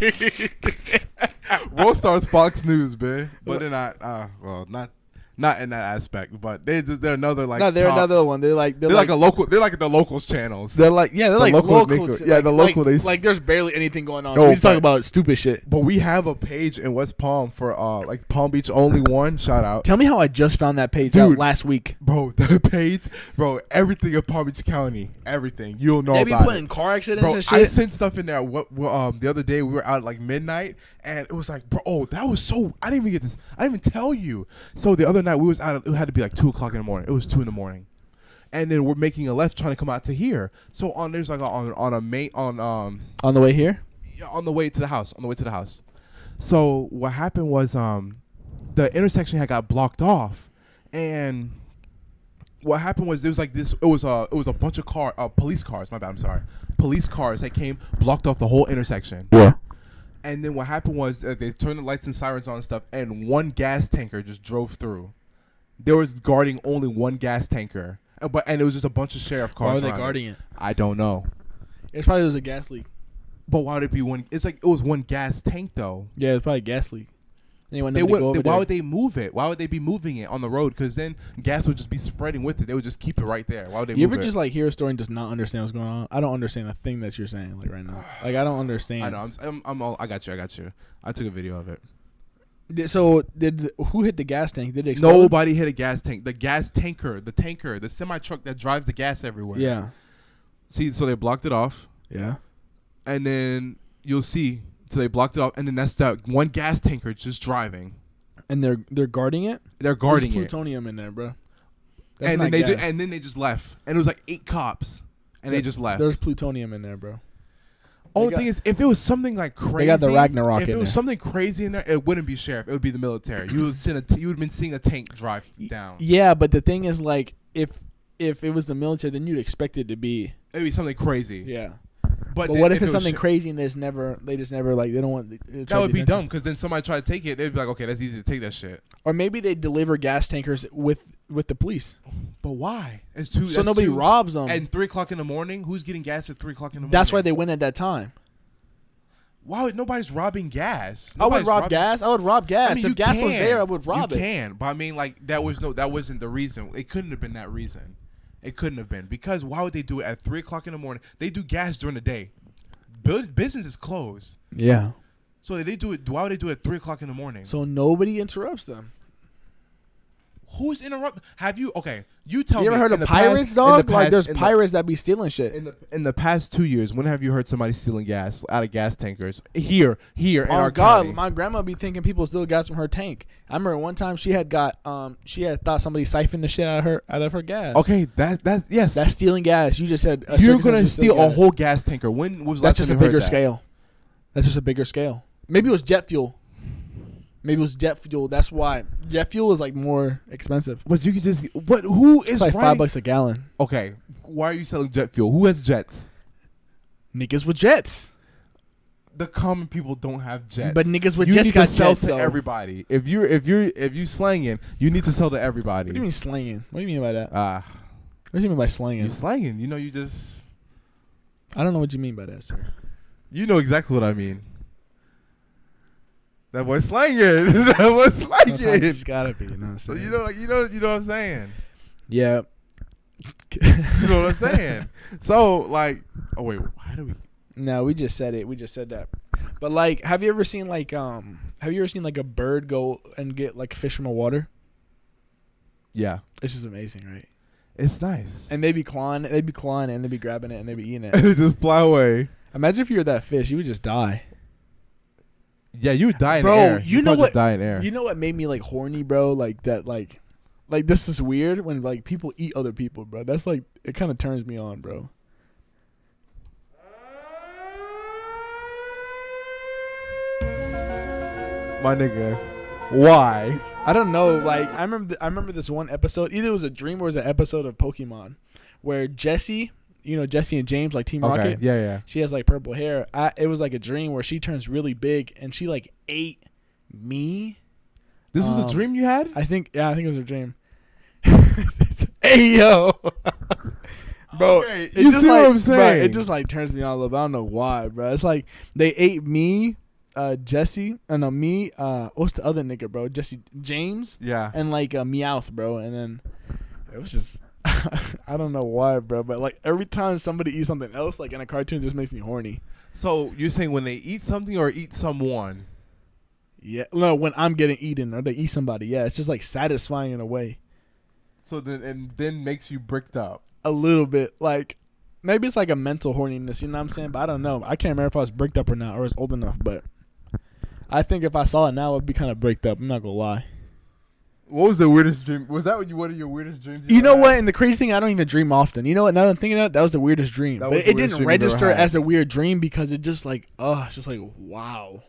Speaker 2: World Star's Fox News, man. But they're not. Uh, well, not not in that aspect. But they just they're another like.
Speaker 1: no, they're
Speaker 2: top-
Speaker 1: another one. They're like they're,
Speaker 2: They're like,
Speaker 1: like,
Speaker 2: a local. They're like the locals channels.
Speaker 1: they're like yeah they're like
Speaker 2: local
Speaker 1: local.
Speaker 2: Nico-
Speaker 1: shit,
Speaker 2: yeah,
Speaker 1: like-
Speaker 2: the local
Speaker 1: Like,
Speaker 2: they-
Speaker 1: like there's barely anything going on.
Speaker 2: No,
Speaker 1: we just talk
Speaker 2: but-
Speaker 1: about stupid shit.
Speaker 2: but we have a page in West Palm for uh like Palm Beach only one. Shout out.
Speaker 1: Tell me how I just found that page
Speaker 2: Dude.
Speaker 1: out last week.
Speaker 2: Bro, the page, bro, everything in Palm Beach County, everything you'll know
Speaker 1: They be
Speaker 2: about.
Speaker 1: putting
Speaker 2: it.
Speaker 1: car accidents
Speaker 2: Bro,
Speaker 1: and shit.
Speaker 2: I sent stuff in there. What, what um the other day we were out at like midnight and it was like, bro, oh that was so I didn't even get this. I didn't even tell you. So the other night we was out. At, it had to be like two o'clock in the morning. It was two in the morning, and then we're making a left trying to come out to here. So on there's like a, on on a main on um
Speaker 1: On the way here,
Speaker 2: yeah, on the way to the house. On the way to the house. So what happened was um the intersection had got blocked off, and what happened was there was like this. It was a it was a bunch of car uh, police cars. My bad. I'm sorry. Police cars that came blocked off the whole intersection.
Speaker 1: yeah,
Speaker 2: And then what happened was uh, they turned the lights and sirens on and stuff, and one gas tanker just drove through. They was guarding only one gas tanker, Uh, but and it was just a bunch of sheriff cars.
Speaker 1: Why were they
Speaker 2: around it.
Speaker 1: guarding it?
Speaker 2: I don't know.
Speaker 1: It's probably was a gas leak.
Speaker 2: But why would it be one? It's like it was one gas tank though.
Speaker 1: Yeah, it's probably a gas leak. They want
Speaker 2: They
Speaker 1: them to
Speaker 2: would,
Speaker 1: go over
Speaker 2: they- why
Speaker 1: there.
Speaker 2: would they move it? Why would they be moving it on the road? Because then gas would just be spreading with it. They would just keep it right there. Why would they
Speaker 1: You
Speaker 2: move
Speaker 1: ever
Speaker 2: it?
Speaker 1: just like hear a story and just not understand what's going on? I don't understand a thing that you're saying like right now. Like I don't understand.
Speaker 2: I know. I'm, I'm, I'm all. I got you. I got you. I took a video of it.
Speaker 1: Did- so did who hit the gas tank? Did it explode?
Speaker 2: Nobody hit a gas tank. The gas tanker, the tanker, the semi truck that drives the gas everywhere.
Speaker 1: Yeah.
Speaker 2: See, so they blocked it off,
Speaker 1: Yeah.
Speaker 2: and then you'll see. So they blocked it off, and then that's that one gas tanker just driving.
Speaker 1: And they're they're guarding it.
Speaker 2: They're guarding
Speaker 1: There's
Speaker 2: it,
Speaker 1: plutonium in there, bro. That's
Speaker 2: and
Speaker 1: not
Speaker 2: then they
Speaker 1: gas.
Speaker 2: just, and then they just left. And it was like eight cops, and they just left.
Speaker 1: There's plutonium in there, bro.
Speaker 2: Only
Speaker 1: They
Speaker 2: thing is, if it was something like crazy,
Speaker 1: got the Ragnarok
Speaker 2: If
Speaker 1: in
Speaker 2: it was
Speaker 1: there.
Speaker 2: something crazy in there, it wouldn't be sheriff. It would be the military. You would send a t- you would have been seeing a tank drive down.
Speaker 1: Yeah, but the thing is, like, if if it was the military, then you'd expect it to be.
Speaker 2: It'd be something crazy.
Speaker 1: Yeah.
Speaker 2: But,
Speaker 1: But
Speaker 2: then
Speaker 1: what if,
Speaker 2: it
Speaker 1: it's
Speaker 2: was
Speaker 1: something
Speaker 2: sher-
Speaker 1: crazy and there's never they just never like they don't want the-
Speaker 2: That would be
Speaker 1: attract
Speaker 2: dumb
Speaker 1: attention.
Speaker 2: because then somebody tried to take it. They'd be like, okay, that's easy to take that shit.
Speaker 1: Or maybe they deliver gas tankers with with the police,
Speaker 2: But why? It's too.
Speaker 1: so
Speaker 2: that's
Speaker 1: nobody
Speaker 2: too-
Speaker 1: robs them.
Speaker 2: And three o'clock in the morning, who's getting gas at three o'clock in the morning?
Speaker 1: That's why they win at that time.
Speaker 2: Why would nobody's robbing gas?
Speaker 1: I would
Speaker 2: Nobody's
Speaker 1: rob
Speaker 2: robbing-
Speaker 1: gas. I would rob gas.
Speaker 2: I mean, you
Speaker 1: if gas was
Speaker 2: can.
Speaker 1: there, I would rob
Speaker 2: you
Speaker 1: it.
Speaker 2: can, but I mean, like that was no, that wasn't the reason. It couldn't have been that reason. It couldn't have been because why would they do it at three o'clock in the morning? They do gas during the day. Bu- business is closed,
Speaker 1: Yeah.
Speaker 2: so they do it. Why would they do it at three o'clock in the morning?
Speaker 1: So nobody interrupts them.
Speaker 2: Who's interrupt? Have you okay? You tell
Speaker 1: you
Speaker 2: me.
Speaker 1: ever heard
Speaker 2: Oh, in
Speaker 1: of
Speaker 2: the
Speaker 1: pirates,
Speaker 2: past- in the
Speaker 1: dog? like
Speaker 2: past-
Speaker 1: there's
Speaker 2: in the-
Speaker 1: pirates that be stealing shit
Speaker 2: in the in the past two years, when have you heard somebody stealing gas out of gas tankers here here in
Speaker 1: Oh
Speaker 2: our
Speaker 1: God,
Speaker 2: county?
Speaker 1: my grandma be thinking people still gas from her tank. I remember one time she had got um she had thought somebody siphoned the shit out of her out of her gas.
Speaker 2: okay, that that's yes.
Speaker 1: that's stealing gas. You just said a
Speaker 2: you're
Speaker 1: circumstance
Speaker 2: gonna
Speaker 1: is still
Speaker 2: steal a
Speaker 1: gas.
Speaker 2: whole gas tanker. When was the
Speaker 1: That's just
Speaker 2: last
Speaker 1: a
Speaker 2: time you heard
Speaker 1: bigger
Speaker 2: that?
Speaker 1: scale. That's just a bigger scale. Maybe it was jet fuel. Maybe it was jet fuel. That's why jet fuel is like more expensive.
Speaker 2: But you can just what? Who is
Speaker 1: It's like
Speaker 2: riding-
Speaker 1: five bucks a gallon.
Speaker 2: Okay, why are you selling jet fuel? Who has jets?
Speaker 1: Niggas with jets.
Speaker 2: The common people don't have jets.
Speaker 1: But niggas with
Speaker 2: you
Speaker 1: jets
Speaker 2: need
Speaker 1: got
Speaker 2: to sell
Speaker 1: jets,
Speaker 2: to
Speaker 1: though.
Speaker 2: everybody. If you're if you're if you slanging, you need to sell to everybody.
Speaker 1: What do you mean slanging? What do you mean by that?
Speaker 2: Ah,
Speaker 1: What do you mean by
Speaker 2: you
Speaker 1: slanging?
Speaker 2: slanging. You know, you just
Speaker 1: I don't know what you mean by that, sir.
Speaker 2: you know exactly what I mean. That boy slanging. that boy
Speaker 1: Sometimes
Speaker 2: slanging.
Speaker 1: it's gotta be. You know what I'm
Speaker 2: So
Speaker 1: saying?
Speaker 2: you know, like you know, you know what I'm saying.
Speaker 1: Yeah.
Speaker 2: You know what I'm saying. so like, oh wait, why do we?
Speaker 1: No, we just said it. We just said that. But like, have you ever seen like um? Have you ever seen like a bird go and get like fish from a water?
Speaker 2: Yeah,
Speaker 1: It's just amazing, right?
Speaker 2: it's nice.
Speaker 1: And they be clawing, they be clawing, it, and they be grabbing it, and they be eating
Speaker 2: And
Speaker 1: it.
Speaker 2: they just fly away.
Speaker 1: Imagine if you were that fish, you would just die.
Speaker 2: Yeah, you would die in
Speaker 1: Bro,
Speaker 2: air.
Speaker 1: you know
Speaker 2: probably
Speaker 1: what-
Speaker 2: Die in air.
Speaker 1: You know what made me like horny, bro? Like that, like, like this is weird when like people eat other people, bro. That's like it kind of turns me on, bro.
Speaker 2: My nigga, why?
Speaker 1: I don't know. Like I remember, I remember this one episode. Either it was a dream or it was an episode of Pokemon, where Jesse, you know Jesse and James, like Team
Speaker 2: Okay.
Speaker 1: Rocket.
Speaker 2: Yeah, yeah.
Speaker 1: She has like purple hair. I, it was like a dream where she turns really big and she like ate me.
Speaker 2: This was
Speaker 1: Um,
Speaker 2: a dream you had.
Speaker 1: I think yeah, I think it was a dream. hey yo, bro,
Speaker 2: Okay,
Speaker 1: it
Speaker 2: you
Speaker 1: just
Speaker 2: see what
Speaker 1: like-
Speaker 2: I'm
Speaker 1: bro,
Speaker 2: saying?
Speaker 1: it just like turns me on a little bit. I don't know why, bro. It's like they ate me, uh, Jesse, and uh, no, me. Uh, what's the other nigga, bro? Jesse James
Speaker 2: Yeah.
Speaker 1: and like uh, Meowth, bro. And then it was just. I don't know why, bro, but like every time somebody eats something else, like in a cartoon, it just makes me horny.
Speaker 2: So you're saying when they eat something or eat someone?
Speaker 1: Yeah, no, when I'm getting eaten or they eat somebody, yeah, it's just like satisfying in a way.
Speaker 2: So then and then makes you bricked up.
Speaker 1: a little bit. Like maybe it's like a mental horniness, you know what I'm saying? But I don't know. I can't remember if I was bricked up or not, or it's old enough. But I think if I saw it now, it'd be kind of bricked up. I'm not gonna lie.
Speaker 2: What was the weirdest dream? Was that you- one of your weirdest dreams?
Speaker 1: You know
Speaker 2: ever
Speaker 1: what?
Speaker 2: had?
Speaker 1: And the crazy thing, I don't even dream often. You know what? Now that I'm thinking that, that was the weirdest dream.
Speaker 2: That
Speaker 1: But
Speaker 2: was
Speaker 1: it
Speaker 2: the weirdest
Speaker 1: didn't
Speaker 2: dream you've ever
Speaker 1: register
Speaker 2: had.
Speaker 1: as a weird dream because it just like, oh, it's just like wow,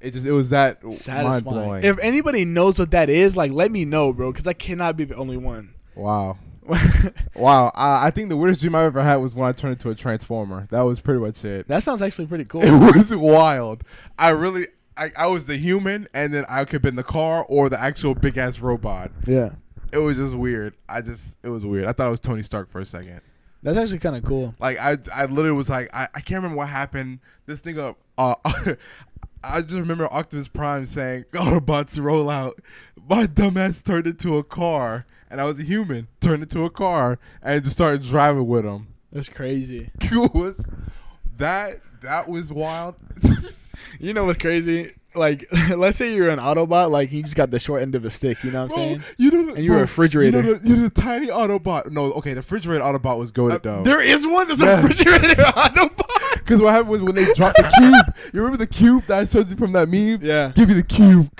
Speaker 2: It just it was that mind
Speaker 1: satisfying.
Speaker 2: blowing.
Speaker 1: If anybody knows what that is, like, let me know, bro, because I cannot be the only one.
Speaker 2: wow. Wow. I, I think the weirdest dream I ever had was when I turned into a transformer. That was pretty much it.
Speaker 1: that sounds actually pretty cool.
Speaker 2: It was wild. I really I, I was the human and then I could have been the car or the actual big ass robot.
Speaker 1: yeah,
Speaker 2: It was just weird. I just it was weird. I thought it was Tony Stark for a second.
Speaker 1: that's actually kind of cool.
Speaker 2: Like I, I literally was like, I, I can't remember what happened. This thing up. Uh, I just remember Optimus Prime saying, "Autobots roll out." My dumbass turned into a car, and I was a human turned into a car, and just started driving with him.
Speaker 1: That's crazy.
Speaker 2: It was that that was wild.
Speaker 1: You know what's crazy? Like, let's say you're an Autobot, like you just got the short end of the stick. You know what I'm
Speaker 2: Bro, uh,
Speaker 1: saying?
Speaker 2: you know, the-
Speaker 1: And you're a
Speaker 2: bro,
Speaker 1: refrigerator.
Speaker 2: You know, the, you know the tiny Autobot. No, okay, the refrigerator Autobot was goaded though.
Speaker 1: Uh, there is one that's
Speaker 2: Yeah.
Speaker 1: a refrigerator Autobot.
Speaker 2: Because what happened was when they dropped the cube. You remember the cube that I showed you from that meme?
Speaker 1: Yeah.
Speaker 2: Give me the cube.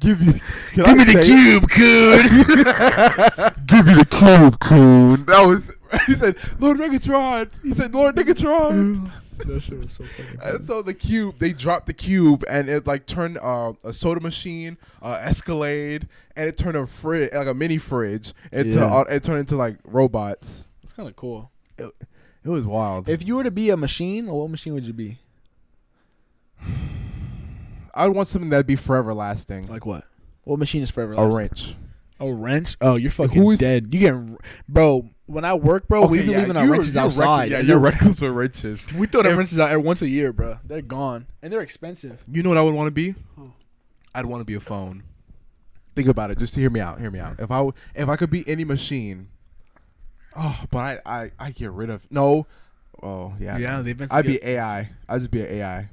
Speaker 2: Give you. Can I say it?
Speaker 1: coon.
Speaker 2: Give me the cube, coon. That was. He said, Lord Megatron. He said, Lord Megatron.
Speaker 1: that shit was so fucking funny.
Speaker 2: And so the cube, they dropped the cube, and it like turned uh, a soda machine, uh, Escalade, and it turned a fridge, like a mini fridge, into
Speaker 1: Yeah.
Speaker 2: uh, it turned into like robots.
Speaker 1: That's kind of cool.
Speaker 2: It, it was wild.
Speaker 1: If you were to be a machine, what machine would you be?
Speaker 2: I would want something that'd be forever lasting.
Speaker 1: Like what? What machine is forever?
Speaker 2: a
Speaker 1: lasting?
Speaker 2: wrench.
Speaker 1: A wrench? Oh, you're fucking
Speaker 2: Who is-
Speaker 1: dead. You getting, bro? When I work, bro, we be
Speaker 2: yeah,
Speaker 1: leaving our
Speaker 2: you're-
Speaker 1: wrenches
Speaker 2: you're reck-
Speaker 1: outside.
Speaker 2: yeah, you're reckless with wrenches.
Speaker 1: We throw the
Speaker 2: If-
Speaker 1: wrenches out every once a year, bro. They're gone and they're expensive.
Speaker 2: You know what I would want to be?
Speaker 1: Who?
Speaker 2: I'd want to be a phone. Think about it. Just hear me out. Hear me out. If I w- if I could be any machine, oh, but I I, I get rid of no. Oh yeah.
Speaker 1: Yeah,
Speaker 2: no.
Speaker 1: they eventually
Speaker 2: I'd be AI. I'd just be an AI.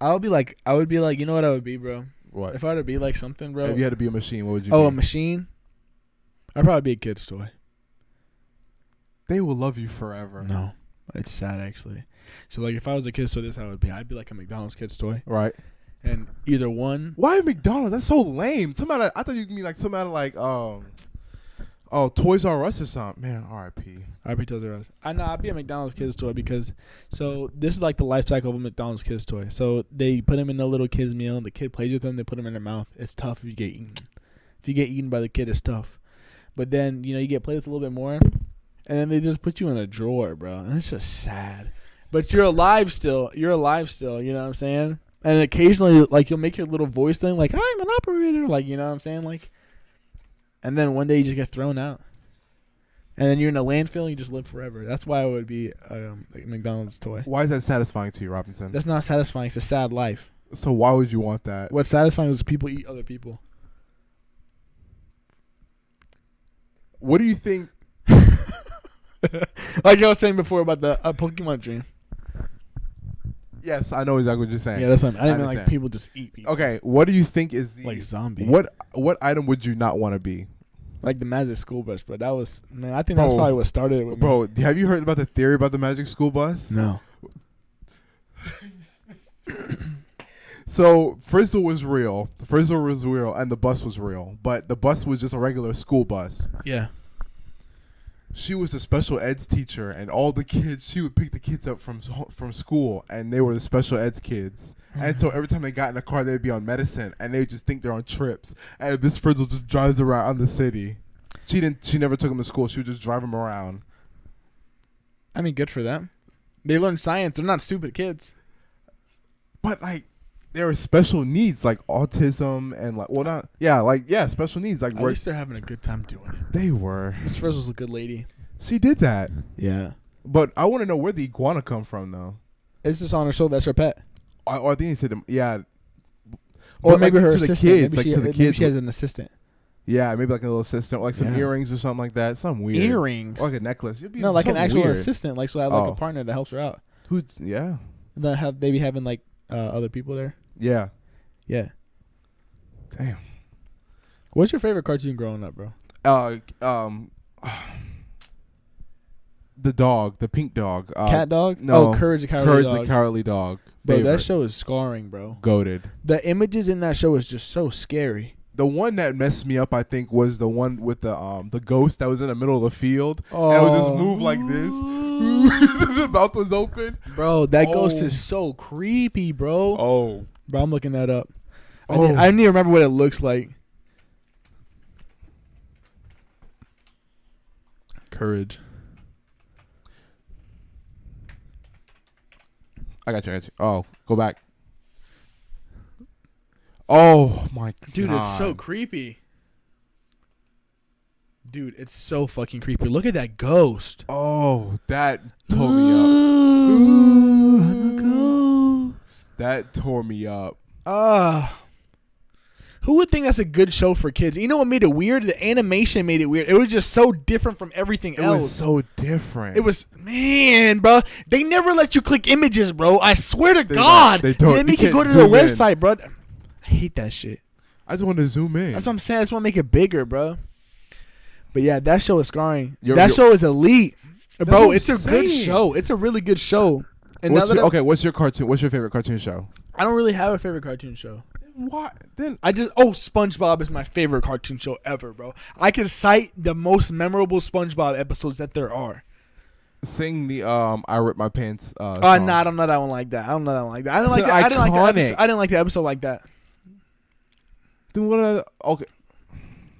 Speaker 1: I would be like, I would be like, you know what I would be, bro?
Speaker 2: What? If,
Speaker 1: If I were to be like something, bro.
Speaker 2: you had to be a machine, what would you?
Speaker 1: oh, a
Speaker 2: be?
Speaker 1: machine. I'd probably be a kid's toy.
Speaker 2: they will love you forever.
Speaker 1: No, it's sad actually. So like, if I was a kid's toy, this is how I would be. I'd be like a McDonald's kid's toy,
Speaker 2: Right?
Speaker 1: and either one.
Speaker 2: Why McDonald's? That's so lame. Somebody, I thought you could be like somebody like um, oh Toys R Us or something. Man, R.I.P.
Speaker 1: I'd be Toys R Us. I know I'd be a McDonald's kid's toy because so this is like the life cycle of a McDonald's kid's toy. So they put him in the little kid's meal, and the kid plays with them. They put him in their mouth. It's tough if you get eaten. If you get eaten by the kid, it's tough. But then you know you get played with a little bit more, and then they just put you in a drawer, bro, and it's just sad. But you're alive still. You're alive still. You know what I'm saying? And occasionally, like you'll make your little voice thing, like I'm an operator, like you know what I'm saying, like. And then one day you just get thrown out, and then you're in a landfill. and You just live forever. That's why I would be um, a McDonald's toy.
Speaker 2: Why is that satisfying to you, Robinson?
Speaker 1: That's not satisfying. It's a sad life.
Speaker 2: so why would you want that?
Speaker 1: What's satisfying is people eat other people.
Speaker 2: What do you think?
Speaker 1: like I was saying before about the uh, Pokemon dream.
Speaker 2: Yes, I know exactly what you're saying.
Speaker 1: Yeah, that's what I mean. I didn't mean, like
Speaker 2: understand.
Speaker 1: people just eat people.
Speaker 2: Okay, what do you think is the
Speaker 1: Like zombie.
Speaker 2: What what item would you not want to be,
Speaker 1: Like the magic school bus, but that was man. I think that's
Speaker 2: Bro.
Speaker 1: probably what started it with me.
Speaker 2: bro? Have you heard about the theory about the magic school bus?
Speaker 1: No.
Speaker 2: So Frizzle was real. Frizzle was real, and the bus was real, but the bus was just a regular school bus.
Speaker 1: Yeah.
Speaker 2: She was a special eds teacher, and all the kids she would pick the kids up from s- from school, and they were the special eds kids. And so every time they got in the car, they'd be on medicine, and they would just think they're on trips. And Miss Frizzle just drives around the city. She didn't. She never took them to school. She would just drive them around.
Speaker 1: I mean, good for them. They learn science. They're not stupid kids.
Speaker 2: but like there are special needs like autism and like well not yeah like yeah special needs like
Speaker 1: At
Speaker 2: where
Speaker 1: least they're having a good time doing it.
Speaker 2: they were
Speaker 1: Miss Frizzle's a good lady.
Speaker 2: she did that
Speaker 1: Yeah.
Speaker 2: but i want to know where the iguana come from though
Speaker 1: It's just on her shoulder. That's her pet.
Speaker 2: or, or i think they said yeah
Speaker 1: Or
Speaker 2: But,
Speaker 1: maybe
Speaker 2: like,
Speaker 1: her
Speaker 2: to
Speaker 1: assistant.
Speaker 2: the kids
Speaker 1: maybe
Speaker 2: like
Speaker 1: she,
Speaker 2: to the
Speaker 1: maybe
Speaker 2: kids
Speaker 1: she has an assistant.
Speaker 2: yeah maybe like a little assistant like some
Speaker 1: Yeah.
Speaker 2: earrings or something like that something weird
Speaker 1: Earrings.
Speaker 2: or like a necklace It'd be
Speaker 1: no, like an
Speaker 2: something
Speaker 1: actual
Speaker 2: weird.
Speaker 1: assistant. Like she'll have like
Speaker 2: Oh.
Speaker 1: a partner that helps her out.
Speaker 2: who's yeah
Speaker 1: And then have they be having like uh, other people there?
Speaker 2: yeah
Speaker 1: Yeah.
Speaker 2: damn
Speaker 1: What's your favorite cartoon growing up, bro?
Speaker 2: uh um the dog the pink dog uh,
Speaker 1: Cat dog?
Speaker 2: no
Speaker 1: Oh, Courage the Cowardly
Speaker 2: Courage
Speaker 1: Dog.
Speaker 2: the cowardly dog
Speaker 1: Bro,
Speaker 2: Favorite.
Speaker 1: that show is scarring, bro.
Speaker 2: goaded
Speaker 1: The images in that show is just so scary.
Speaker 2: The one that messed me up, I think, was the one with the um the ghost that was in the middle of the field.
Speaker 1: Oh,
Speaker 2: And it would just move like this. the mouth was open.
Speaker 1: bro. That ghost
Speaker 2: Oh.
Speaker 1: is so creepy, bro.
Speaker 2: Oh.
Speaker 1: Bro, I'm looking that up. I,
Speaker 2: Oh.
Speaker 1: need, I need to remember what it looks like. Courage.
Speaker 2: I got you, I got you. Oh, go back. Oh my god.
Speaker 1: Dude, it's so creepy. Dude, it's so fucking creepy. Look at that ghost.
Speaker 2: Oh, that tore me up.
Speaker 1: I'm a ghost.
Speaker 2: That tore me up.
Speaker 1: Ah. who would think that's a good show for kids? You know what made it weird? The animation made it weird. It was just so different from everything
Speaker 2: It
Speaker 1: else.
Speaker 2: was so different.
Speaker 1: It was man, bro. They never let you click images, bro. I swear to
Speaker 2: They don't.
Speaker 1: God.
Speaker 2: They don't.
Speaker 1: They make
Speaker 2: You
Speaker 1: you go to
Speaker 2: can't
Speaker 1: the
Speaker 2: zoom in.
Speaker 1: website, bro. I hate that shit.
Speaker 2: I just want to zoom in.
Speaker 1: That's what I'm saying. I just want to make it bigger, bro. But yeah, that show is scarring.
Speaker 2: You're-
Speaker 1: that
Speaker 2: you're-
Speaker 1: show is elite, bro.
Speaker 2: what I'm
Speaker 1: It's a good
Speaker 2: saying.
Speaker 1: show. It's a really good show. And now
Speaker 2: what's
Speaker 1: that
Speaker 2: your,
Speaker 1: I-
Speaker 2: okay, what's your cartoon? What's your favorite cartoon show?
Speaker 1: I don't really have a favorite cartoon show.
Speaker 2: What? Then
Speaker 1: I just oh SpongeBob is my favorite cartoon show ever, bro. I can cite the most memorable SpongeBob episodes that there are.
Speaker 2: sing the um I rip my pants uh
Speaker 1: Uh,
Speaker 2: song.
Speaker 1: no, I don't know that one like that. I don't know that one like that. I didn't
Speaker 2: That's
Speaker 1: like
Speaker 2: an
Speaker 1: that. I didn't like that.
Speaker 2: iconic.
Speaker 1: Episode. I didn't like the episode like that.
Speaker 2: Then what are the, okay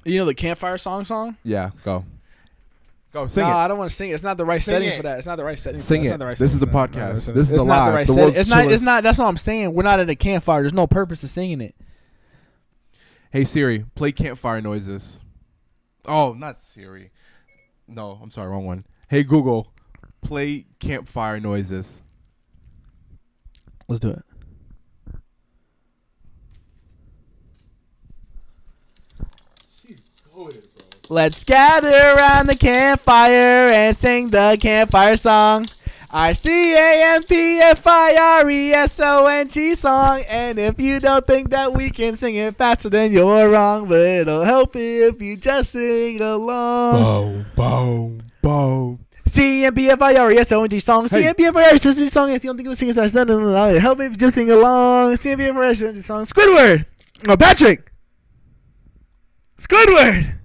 Speaker 1: You know the campfire song song?
Speaker 2: Yeah, go. Go sing
Speaker 1: no,
Speaker 2: it.
Speaker 1: I don't want to sing it. It's not the right
Speaker 2: Sing
Speaker 1: setting
Speaker 2: it.
Speaker 1: for that. It's not the right setting.
Speaker 2: Sing
Speaker 1: for that. It's
Speaker 2: it.
Speaker 1: not the right
Speaker 2: this
Speaker 1: setting
Speaker 2: is a
Speaker 1: for that.
Speaker 2: podcast.
Speaker 3: setting.
Speaker 2: This is
Speaker 1: It's
Speaker 2: a
Speaker 1: not the
Speaker 2: live.
Speaker 1: right
Speaker 2: the
Speaker 1: setting.
Speaker 2: world's
Speaker 1: It's not. It's
Speaker 2: chillest-
Speaker 1: not. That's what I'm saying. We're not at a campfire. There's no purpose to singing it.
Speaker 2: Hey Siri, play campfire noises. Oh, not Siri. No, I'm sorry, wrong one. Hey Google, play campfire noises.
Speaker 1: Let's do it.
Speaker 2: She's goaded, bro.
Speaker 1: Let's gather around the campfire and sing the campfire song. R C A M P F I R E S O N G song. And if you don't think that we can sing it faster, then you're wrong. But it'll help you if you just sing along.
Speaker 2: Boom, boom, boom.
Speaker 1: C M P F I R E S O N G song.
Speaker 2: Hey.
Speaker 1: C M P F I R E S O N G song. If you don't think we can sing it faster, then it'll help you if you just sing along. C M P F I R E S O N G song. Squidward. No, Patrick. Squidward.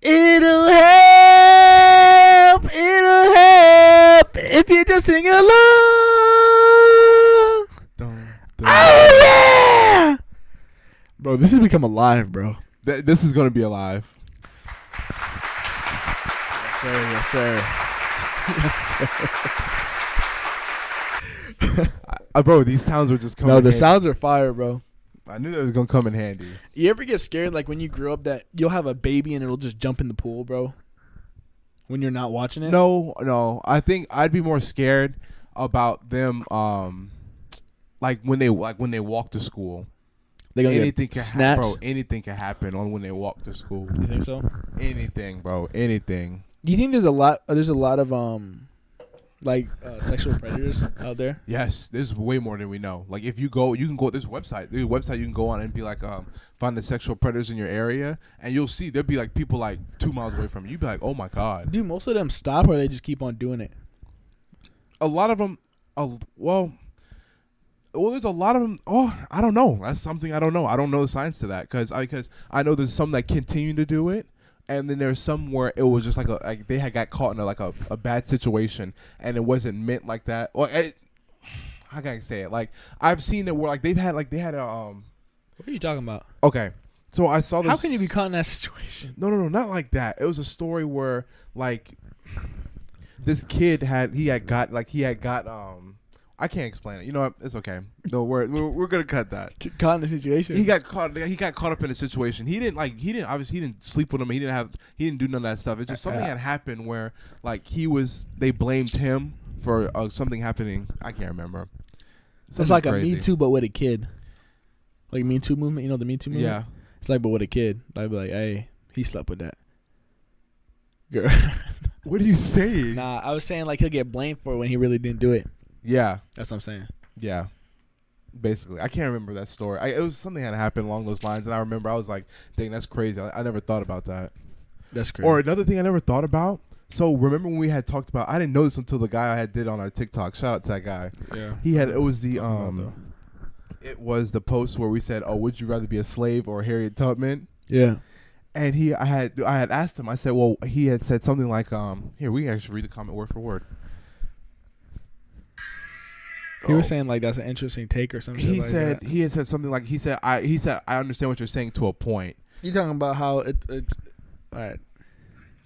Speaker 1: It'll help. It'll help if you just sing along.
Speaker 2: Dun, dun.
Speaker 1: Oh yeah. Bro, this has become alive, bro.
Speaker 2: Th- this is gonna be alive.
Speaker 1: Yes, sir. Yes, sir. Oh,
Speaker 2: Uh, bro, these sounds are just coming.
Speaker 1: No, the
Speaker 2: handy.
Speaker 1: sounds are fire, bro.
Speaker 2: I knew they was gonna come in handy.
Speaker 1: You ever get scared like when you grew up that you'll have a baby and it'll just jump in the pool, bro? When you're not watching it?
Speaker 2: No, no. I think I'd be more scared about them um like when they like when they walk to school.
Speaker 1: They gonna anything
Speaker 2: Anything can
Speaker 1: get
Speaker 2: happen,
Speaker 1: snatched.
Speaker 2: bro. Anything can happen on when they walk to school.
Speaker 1: You think so?
Speaker 2: Anything, bro. Anything.
Speaker 1: uh, Do you think there's a lot? There's a lot of um like uh, sexual predators out there.
Speaker 2: Yes, there's way more than we know. Like if you go, you can go. This website, there's a website you can go on and be like, um, find the sexual predators in your area, and you'll see there'll be like people like two miles away from you. You'd be like, oh my god.
Speaker 1: Do most of them stop or they just keep on doing it?
Speaker 2: A lot of them, uh, well, well, there's a lot of them. Oh, I don't know. That's something I don't know. I don't know the science to that because I because I know there's some that continue to do it. And then there's some where it was just like a like they had got caught in a, like a, a bad situation and it wasn't meant like that. Well, it, how can I say it? Like I've seen it where like they've had like they had a um
Speaker 1: What are you talking about?
Speaker 2: Okay. So I saw this.
Speaker 1: How can you be caught in that situation?
Speaker 2: No, no, no, not like that. It was a story where like this kid had he had got like he had got um I can't explain it. You know what? It's okay. No, we're we're, we're gonna cut that.
Speaker 1: Caught in a situation.
Speaker 2: He got caught. He got caught up in a situation. He didn't like. He didn't obviously. He didn't sleep with him. He didn't have. He didn't do none of that stuff. It's just something
Speaker 1: Yeah.
Speaker 2: had happened where like he was. They blamed him for uh, something happening. I can't remember.
Speaker 1: it's
Speaker 2: Something
Speaker 1: like a
Speaker 2: crazy.
Speaker 1: Me Too, but with a kid. Like Me Too movement. You know the Me Too movement.
Speaker 2: Yeah.
Speaker 1: It's like, but with a kid, I'd be like, hey, he slept with that girl.
Speaker 2: What are you saying?
Speaker 1: nah, I was saying like he'll get blamed for it when he really didn't do it.
Speaker 2: Yeah.
Speaker 1: That's what I'm saying.
Speaker 2: Yeah. Basically, I can't remember that story. I, it was something that happened along those lines, and I remember I was like, "Dang, that's crazy! I, I never thought about that."
Speaker 1: That's crazy.
Speaker 2: Or another thing I never thought about. So remember when we had talked about? I didn't know this until the guy I had did on our TikTok. Shout out to that guy.
Speaker 1: yeah.
Speaker 2: He had it was the
Speaker 1: Talking about
Speaker 2: um, it was the post where we said, "Oh, would you rather be a slave or Harriet Tubman?"
Speaker 1: Yeah.
Speaker 2: And he, I had, I had asked him. I said, "Well, he had said something like, um, here we can actually read the comment word for word."
Speaker 1: He
Speaker 2: Oh.
Speaker 1: was saying like that's an interesting take or something.
Speaker 2: he said he had said something like he said I he said I understand what you're saying to a point.
Speaker 1: you talking about how it it's all right.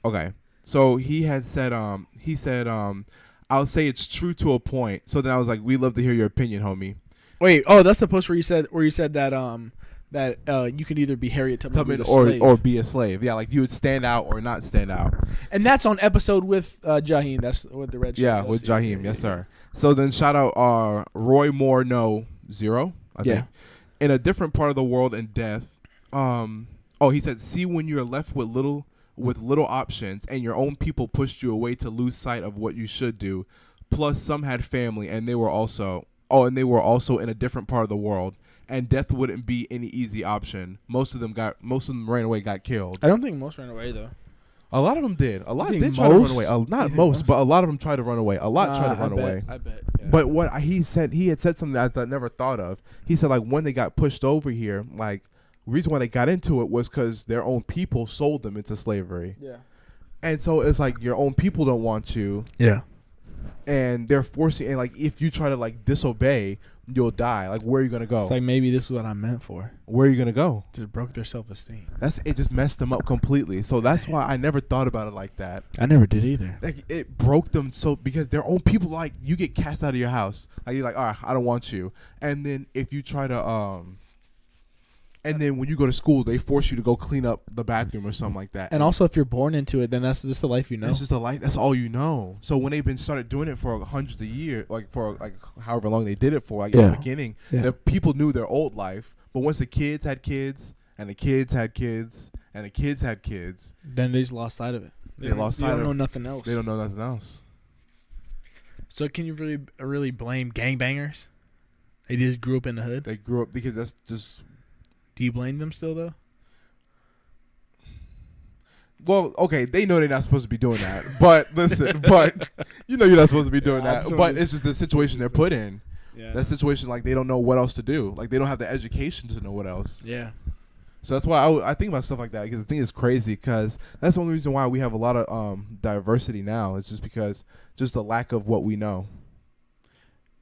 Speaker 2: Okay. So he had said um he said um I'll say it's true to a point. So then I was like we love to hear your opinion, homie.
Speaker 1: Wait, oh, that's the post where you said where you said that um that uh you could either be Harriet Tubman,
Speaker 2: Tubman
Speaker 1: or, be the
Speaker 2: or
Speaker 1: slave.
Speaker 2: or be a slave. Yeah, like you would stand out or not stand out.
Speaker 1: and that's on episode with uh Jaheim. That's with the red. shirt.
Speaker 2: Yeah,
Speaker 1: That's
Speaker 2: with
Speaker 1: it.
Speaker 2: Jaheim, yes
Speaker 1: Yeah,
Speaker 2: sir. So then shout out uh Roy Moore no zero. I
Speaker 1: Yeah.
Speaker 2: think. In a different part of the world and death. Um oh he said see when you're left with little with little options and your own people pushed you away to lose sight of what you should do. Plus some had family and they were also oh and they were also in a different part of the world and death wouldn't be any easy option. Most of them got most of them ran away got killed.
Speaker 1: I don't think most ran away though.
Speaker 2: A lot of them did. A lot
Speaker 1: You think
Speaker 2: did try to run
Speaker 1: most?
Speaker 2: away. Uh,
Speaker 1: You
Speaker 2: not
Speaker 1: think
Speaker 2: most,
Speaker 1: most?
Speaker 2: but a lot of them tried to run away. A lot tried to
Speaker 1: Nah, I
Speaker 2: run
Speaker 1: bet,
Speaker 2: away.
Speaker 1: I bet. yeah.
Speaker 2: But what I- he said, he had said something that I thought- never thought of. He said like when they got pushed over here, like reason why they got into it was because their own people sold them into slavery,
Speaker 1: yeah.
Speaker 2: and so it's like your own people don't want you,
Speaker 1: Yeah.
Speaker 2: and they're forcing. And like if you try to like disobey, you'll die. Like where are you gonna go?
Speaker 1: It's like maybe this is what I meant for.
Speaker 2: where are you gonna go?
Speaker 1: Just broke their self esteem.
Speaker 2: That's it. Just messed them up completely. So that's why I never thought about it like that.
Speaker 1: I never did either.
Speaker 2: like it broke them so because their own people like you get cast out of your house like you're like all right i don't want you and then if you try to um and then when you go to school they force you to go clean up the bathroom or something like that
Speaker 1: And also, if you're born into it, then that's just the life you know.
Speaker 2: it's just a life that's all you know so when they've been started doing it for hundreds of years like for like however long they did it for like in the
Speaker 1: Yeah.
Speaker 2: beginning
Speaker 1: Yeah.
Speaker 2: the people knew their old life but once the kids had kids and the kids had kids and the kids had kids
Speaker 1: then they just lost sight of it.
Speaker 2: They
Speaker 1: don't-
Speaker 2: lost
Speaker 1: they
Speaker 2: sight
Speaker 1: don't
Speaker 2: of-
Speaker 1: know nothing else.
Speaker 2: they don't know nothing else
Speaker 1: So can you really really blame gangbangers? They just grew up in the hood.
Speaker 2: they grew up because that's just
Speaker 1: Do you blame them still though?
Speaker 2: Well, okay, they know they're not supposed to be doing that. But listen, but you know you're not supposed to be doing
Speaker 1: Yeah,
Speaker 2: that. But
Speaker 1: absolutely.
Speaker 2: it's just the situation they're put in.
Speaker 1: Yeah.
Speaker 2: That situation, like they don't know what else to do. Like they don't have the education to know what else.
Speaker 1: yeah.
Speaker 2: So that's why I, w- I think about stuff like that because the thing is crazy. Because that's the only reason why we have a lot of um, diversity now. It's just because just the lack of what we know.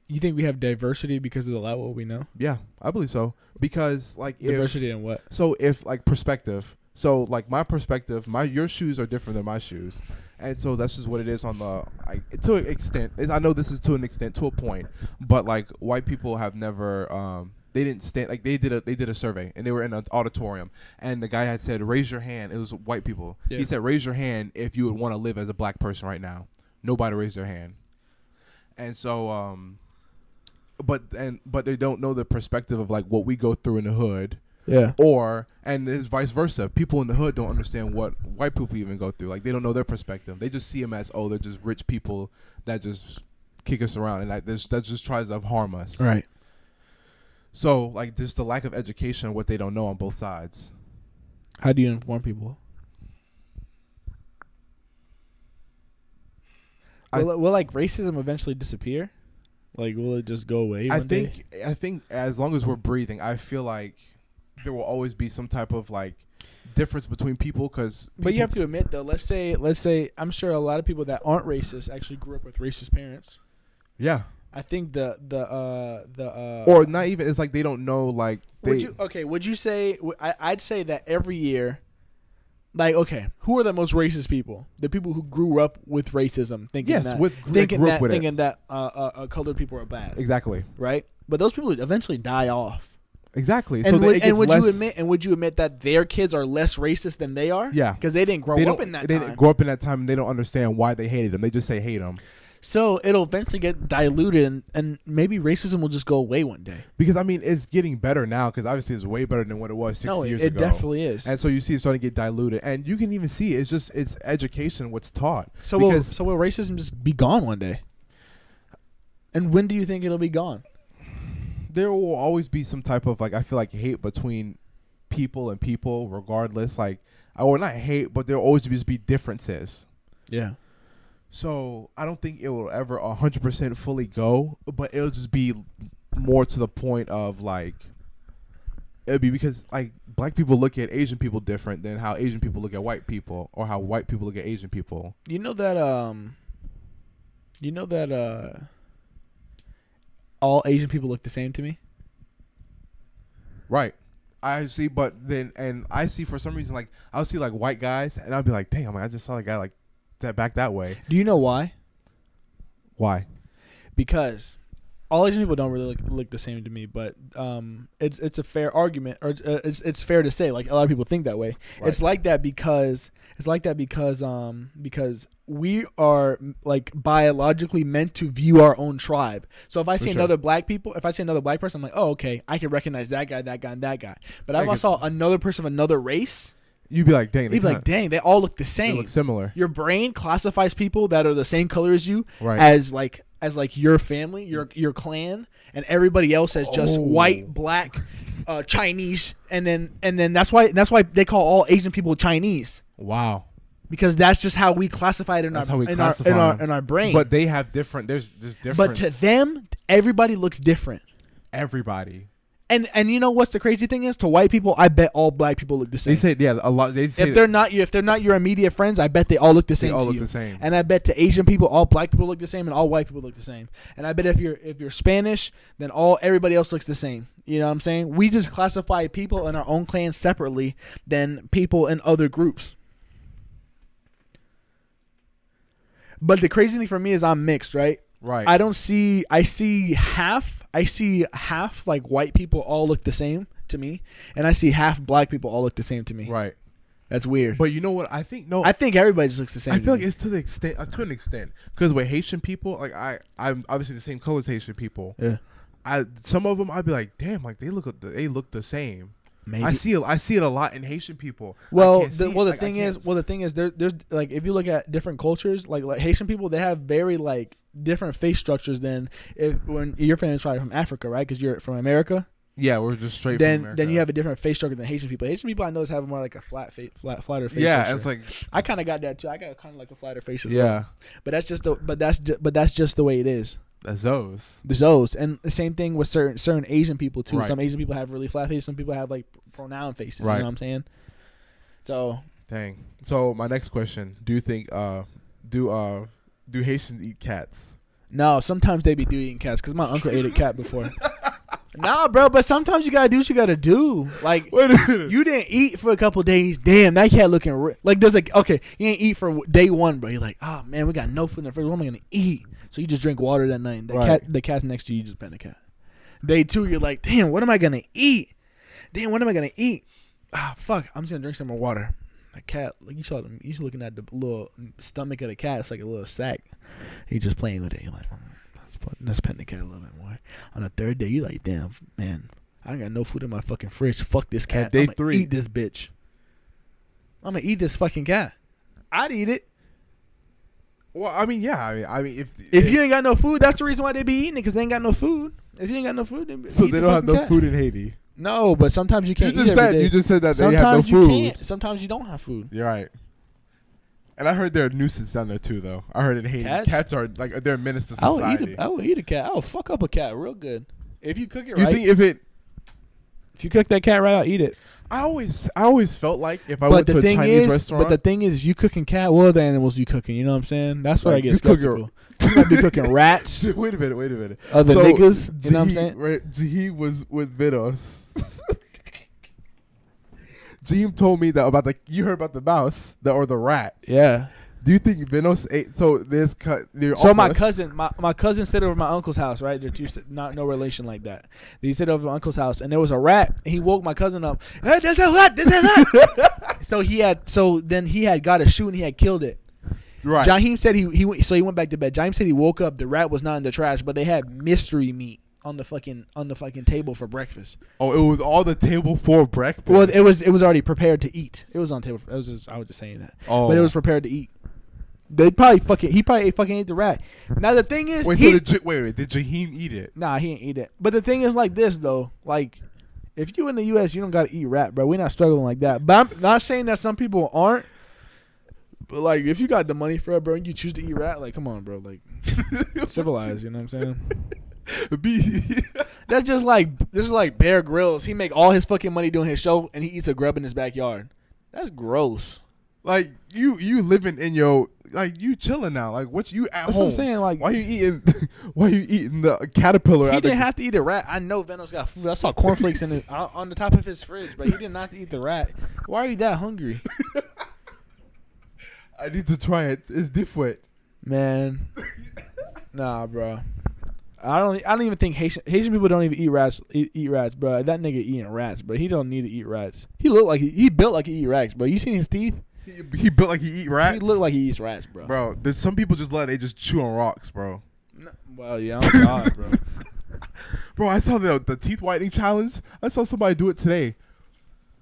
Speaker 1: You think we have diversity because of the lot what we know?
Speaker 2: Yeah, I believe so. Because like if,
Speaker 1: diversity in what?
Speaker 2: So if like perspective, so like my perspective, my your shoes are different than my shoes, and so that's just what it is on the I, to an extent. is- I know this is to an extent to a point, but like white people have never um they didn't stand like they did a they did a survey and they were in an auditorium and the guy had said raise your hand. It was white people. He
Speaker 1: Yeah.
Speaker 2: said raise your hand if you would want to live as a black person right now. Nobody raised their hand, and so um. But and but they don't know the perspective of like what we go through in the hood,
Speaker 1: Yeah.
Speaker 2: Or and it's vice versa. People in the hood don't understand what white people even go through. Like they don't know their perspective. They just see them as oh, they're just rich people that just kick us around and like this that just tries to harm us.
Speaker 1: Right.
Speaker 2: So like just the lack of education, what they don't know on both sides.
Speaker 1: How do you inform people?
Speaker 2: I-
Speaker 1: will, will like racism eventually disappear? Like, will it just go away?
Speaker 2: I
Speaker 1: one day?
Speaker 2: think I think as long as we're breathing, I feel like there will always be some type of like difference between people because
Speaker 1: But you have to admit, though. Let's say, let's say, I'm sure a lot of people that aren't racist actually grew up with racist parents.
Speaker 2: yeah
Speaker 1: I think the the uh the uh
Speaker 2: or not even it's like they don't know like they
Speaker 1: would you okay? Would you say w- I, would say that every year, like okay, who are the most racist people? The people who grew up with racism, thinking
Speaker 2: Yes,
Speaker 1: that,
Speaker 2: with- that
Speaker 1: thinking
Speaker 2: grew up
Speaker 1: that
Speaker 2: with it.
Speaker 1: thinking that uh, uh, uh, colored people are bad,
Speaker 2: exactly
Speaker 1: right? But those people eventually die off.
Speaker 2: exactly
Speaker 1: And
Speaker 2: so
Speaker 1: would,
Speaker 2: they,
Speaker 1: and would you admit and would you admit that their kids are less racist than they are?
Speaker 2: Yeah.
Speaker 1: because they didn't grow
Speaker 2: they
Speaker 1: up
Speaker 2: don't
Speaker 1: in that
Speaker 2: they
Speaker 1: time.
Speaker 2: didn't grow up in that time and they don't understand why they hated them they just say hate them
Speaker 1: so it'll eventually get diluted, and, and maybe racism will just go away one day.
Speaker 2: because I mean it's getting better now because obviously it's way better than what it was six
Speaker 1: no, it-
Speaker 2: years
Speaker 1: it,
Speaker 2: ago
Speaker 1: definitely is.
Speaker 2: and so you see it starting to get diluted and you can even see it's just it's education what's taught
Speaker 1: So will
Speaker 2: Because-
Speaker 1: so will racism just be gone one day? And when do you think it'll be gone?
Speaker 2: there will always be some type of like I feel like hate between people and people, regardless. Like I will not hate, but there will always just be differences.
Speaker 1: Yeah.
Speaker 2: So I don't think it will ever hundred percent fully go, but it'll just be more to the point of like it'll be because like black people look at Asian people different than how Asian people look at white people or how white people look at Asian people.
Speaker 1: You know that um you know that uh all Asian people look the same to me?
Speaker 2: Right. I see, but then and I see for some reason like I'll see like white guys and I'll be like, damn, I just saw a guy like that back that way.
Speaker 1: Do you know why?
Speaker 2: Why?
Speaker 1: Because all Asian people don't really look, look the same to me, but um it's it's a fair argument or it's- uh, it's it's fair to say like a lot of people think that way. It's like that because it's like that because um because we are m- like biologically meant to view our own tribe. So if I see
Speaker 2: sure.
Speaker 1: another black people, if I see another black person, I'm like, oh okay, I can recognize that guy, that guy, and that guy. But if I
Speaker 2: get
Speaker 1: saw another person of another race,
Speaker 2: You'd be like, dang, they
Speaker 1: you'd be like,
Speaker 2: kinda-
Speaker 1: dang, they all look the
Speaker 2: they
Speaker 1: same.
Speaker 2: look similar.
Speaker 1: Your brain classifies people that are the same color as you
Speaker 2: Right.
Speaker 1: as like as like your family, your your clan, and everybody else as just
Speaker 2: Oh.
Speaker 1: white, black, uh, Chinese, and then and then that's why that's why they call all Asian people Chinese
Speaker 2: Wow.
Speaker 1: because that's just how we classify it in, our,
Speaker 2: That's how we
Speaker 1: in, our,
Speaker 2: classify
Speaker 1: in our
Speaker 2: them.
Speaker 1: in our brain.
Speaker 2: But they have different. There's just different.
Speaker 1: but to them, everybody looks different.
Speaker 2: everybody,
Speaker 1: And and you know what's the crazy thing is to white people, I bet all black people look the
Speaker 2: they
Speaker 1: same.
Speaker 2: say yeah a lot. They say
Speaker 1: if they're not your if they're not your immediate friends, I bet they all look the same.
Speaker 2: all
Speaker 1: to
Speaker 2: look
Speaker 1: you.
Speaker 2: the same.
Speaker 1: And I bet to Asian people, all black people look the same, and all white people look the same. And I bet if you're if you're Spanish, then all everybody else looks the same. You know what I'm saying? We just classify people in our own clan separately than people in other groups. But the crazy thing for me is I'm mixed, right?
Speaker 2: right.
Speaker 1: I don't see. I see half. I see half like white people all look the same to me, and I see half black people all look the same to me.
Speaker 2: right.
Speaker 1: That's weird.
Speaker 2: But you know what? I think no.
Speaker 1: I think everybody just looks the same.
Speaker 2: I
Speaker 1: to
Speaker 2: feel like
Speaker 1: me.
Speaker 2: it's to the extent uh, to an extent because with Haitian people, like I, I'm obviously the same color as Haitian people.
Speaker 1: yeah.
Speaker 2: I some of them I'd be like, damn, like they look they look the same.
Speaker 1: Maybe.
Speaker 2: I see it. I see it a lot in Haitian people. I
Speaker 1: Well,
Speaker 2: can't
Speaker 1: the,
Speaker 2: see it,
Speaker 1: well, the
Speaker 2: like, I
Speaker 1: thing
Speaker 2: can't
Speaker 1: is, well, the thing is, there, there's like if you look at different cultures, like like Haitian people, they have very like different face structures than if when your family's probably from Africa, right? Because you're from America.
Speaker 2: yeah, we're just straight.
Speaker 1: then
Speaker 2: from America.
Speaker 1: then you have a different face structure than Haitian people. Haitian people I know have more like a flat face, flat flatter face.
Speaker 2: yeah.
Speaker 1: structure.
Speaker 2: It's like
Speaker 1: I kind of got that too. I got kind of like a flatter face. As well.
Speaker 2: yeah,
Speaker 1: But that's just the but that's just, but that's just the way it is.
Speaker 2: that's those.
Speaker 1: The Zoes and the same thing with certain certain Asian people too.
Speaker 2: Right.
Speaker 1: Some Asian people have really flat faces. Some people have like pronoun faces. You
Speaker 2: Right.
Speaker 1: know what I'm saying? So
Speaker 2: Dang. So my next question: Do you think uh do uh do Haitians eat cats?
Speaker 1: no, sometimes they be do eating cats because my uncle ate a cat before. nah, bro, but sometimes you gotta do what you gotta do. Like
Speaker 2: Wait a minute.
Speaker 1: you didn't eat for a couple days. Damn, that cat looking ri- like there's like okay, you ain't eat for day one, bro. You're like, oh man, we got no food in the fridge. What am I gonna eat? So you just drink water that night. And the
Speaker 2: Right.
Speaker 1: cat, the cat's next to you, you just pet the cat. Day two, you're like, damn, what am I gonna eat? Damn, what am I gonna eat? Ah, fuck, I'm just gonna drink some more water. The cat, like you saw, them, you just looking at the little stomach of the cat. It's like a little sack. You're just playing with it. You're like, mm, let's, put, let's pet the cat a little bit more. On the third day, you're like, damn, man, I ain't got no food in my fucking fridge. Fuck this cat.
Speaker 2: day
Speaker 1: I'ma
Speaker 2: three.
Speaker 1: eat this bitch. I'm gonna eat this fucking cat. I'd eat it.
Speaker 2: Well, I mean, yeah. I mean, I mean, if
Speaker 1: If you ain't got no food, that's the reason why they be eating it because they ain't got no food. If you ain't got no food, then
Speaker 2: so
Speaker 1: eat
Speaker 2: they
Speaker 1: the
Speaker 2: don't have
Speaker 1: fucking
Speaker 2: no
Speaker 1: cat.
Speaker 2: food in Haiti.
Speaker 1: No, but sometimes you
Speaker 2: You
Speaker 1: can't. eat
Speaker 2: just
Speaker 1: every
Speaker 2: said
Speaker 1: day.
Speaker 2: you just said that they have no
Speaker 1: sometimes you
Speaker 2: food.
Speaker 1: can't. Sometimes you don't have food.
Speaker 2: You're right. And I heard there are nuisance down there too, though. I heard in Haiti, cats,
Speaker 1: Cats?
Speaker 2: are like they're a menace to
Speaker 1: I will
Speaker 2: society.
Speaker 1: eat. A, I will eat a cat. I will fuck up a cat real good. If you cook it
Speaker 2: Do you
Speaker 1: right,
Speaker 2: think if it?
Speaker 1: if you cook that cat right, I'll eat it.
Speaker 2: I always, I always felt like if I
Speaker 1: but
Speaker 2: went to
Speaker 1: the
Speaker 2: Oh, a
Speaker 1: thing
Speaker 2: Chinese
Speaker 1: is,
Speaker 2: restaurant,
Speaker 1: but the thing is, you cooking cat. What other animals you cooking? You know what I'm saying? That's where
Speaker 2: Like,
Speaker 1: I get
Speaker 2: you cook your-
Speaker 1: skeptical. You might be cooking rats,
Speaker 2: wait a minute, wait a minute.
Speaker 1: other
Speaker 2: So,
Speaker 1: niggas. You know what I'm
Speaker 2: Jahi-
Speaker 1: saying?
Speaker 2: Right, Jaheem was with Vidos. Jaheem told me that about the you heard about the mouse the, or the rat.
Speaker 1: Yeah.
Speaker 2: Do you think Vinos ate? So there's cut.
Speaker 1: So my cousin, my, my cousin stayed over at my uncle's house, right? They're two, not no relation like that. They stayed over at my uncle's house, and there was a rat. And he woke my cousin up. Hey, there's a rat. There's a rat. so he had, so then he had got a shoe and he had killed it.
Speaker 2: right.
Speaker 1: Jaheim said he he went, so he went back to bed. Jaheim said he woke up. The rat was not in the trash, but they had mystery meat on the fucking on the fucking table for breakfast.
Speaker 2: oh, it was all the table for breakfast.
Speaker 1: Well, it was it was already prepared to eat. It was on table. For, I was just I was just saying that.
Speaker 2: Oh.
Speaker 1: but it was prepared to eat. They probably fucking he probably ate, fucking ate the rat. Now the thing is,
Speaker 2: wait,
Speaker 1: he,
Speaker 2: so did, Ja- wait, wait, did Jaheem eat it?
Speaker 1: nah, he didn't eat it. But the thing is, like this though, like if you in the U.S., you don't gotta eat rat, bro. We're not struggling like that. But I'm not saying that some people aren't. But like, if you got the money for it, bro, and you choose to eat rat, like, come on, bro, like. civilized. You know what I'm saying?
Speaker 2: Be-
Speaker 1: That's just like this is like Bear Grylls. He make all his fucking money doing his show, and he eats a grub in his backyard. That's gross.
Speaker 2: like you, you living in your like you chilling now. Like what you at
Speaker 1: That's what
Speaker 2: home?
Speaker 1: I'm saying. Like
Speaker 2: Why you eating? Why you eating the caterpillar?
Speaker 1: he
Speaker 2: out the-
Speaker 1: didn't have to eat a rat. I know Venos got food. I saw cornflakes in his, on on the top of his fridge, but he did not have to eat the rat. Why are you that hungry,
Speaker 2: I need to try it. It's different.
Speaker 1: man? Nah, bro. I don't. e, I don't even think Haitian Haitian people don't even eat rats. Eat, eat rats, bro. That nigga eating rats, bro. He don't need to eat rats. He look like he, he built like he eat rats, bro. You seen his teeth?
Speaker 2: He, he built like he eat rats.
Speaker 1: He look like he eats rats, bro.
Speaker 2: bro. There's some people just let they just chew on rocks, bro.
Speaker 1: No, well, yeah, I'm God, bro.
Speaker 2: Bro, I saw the the teeth whitening challenge. I saw somebody do it today.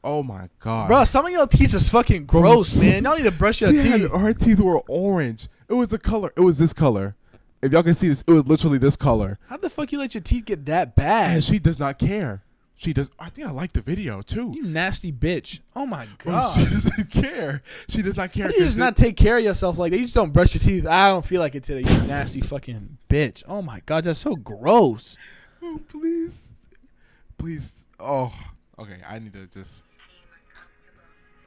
Speaker 2: Oh my god,
Speaker 1: Bro, some of y'all teeth is fucking gross,
Speaker 2: Gross.
Speaker 1: man. Y'all need to brush your
Speaker 2: She had-
Speaker 1: teeth.
Speaker 2: her teeth were orange. It was the color. It was this color. If y'all can see this, it was literally this color.
Speaker 1: How the fuck you let your teeth get that
Speaker 2: And
Speaker 1: bad?
Speaker 2: she does not care. She does. I think I like the video too.
Speaker 1: You nasty bitch. Oh my
Speaker 2: Bro, she
Speaker 1: god.
Speaker 2: doesn't care. She does not care.
Speaker 1: How do you
Speaker 2: 'cause
Speaker 1: just not take care of yourself like that? You just don't brush your teeth. I don't feel like it today. You nasty fucking bitch. Oh my god, that's so gross.
Speaker 2: it- oh, please, please. Oh, okay. I need to just.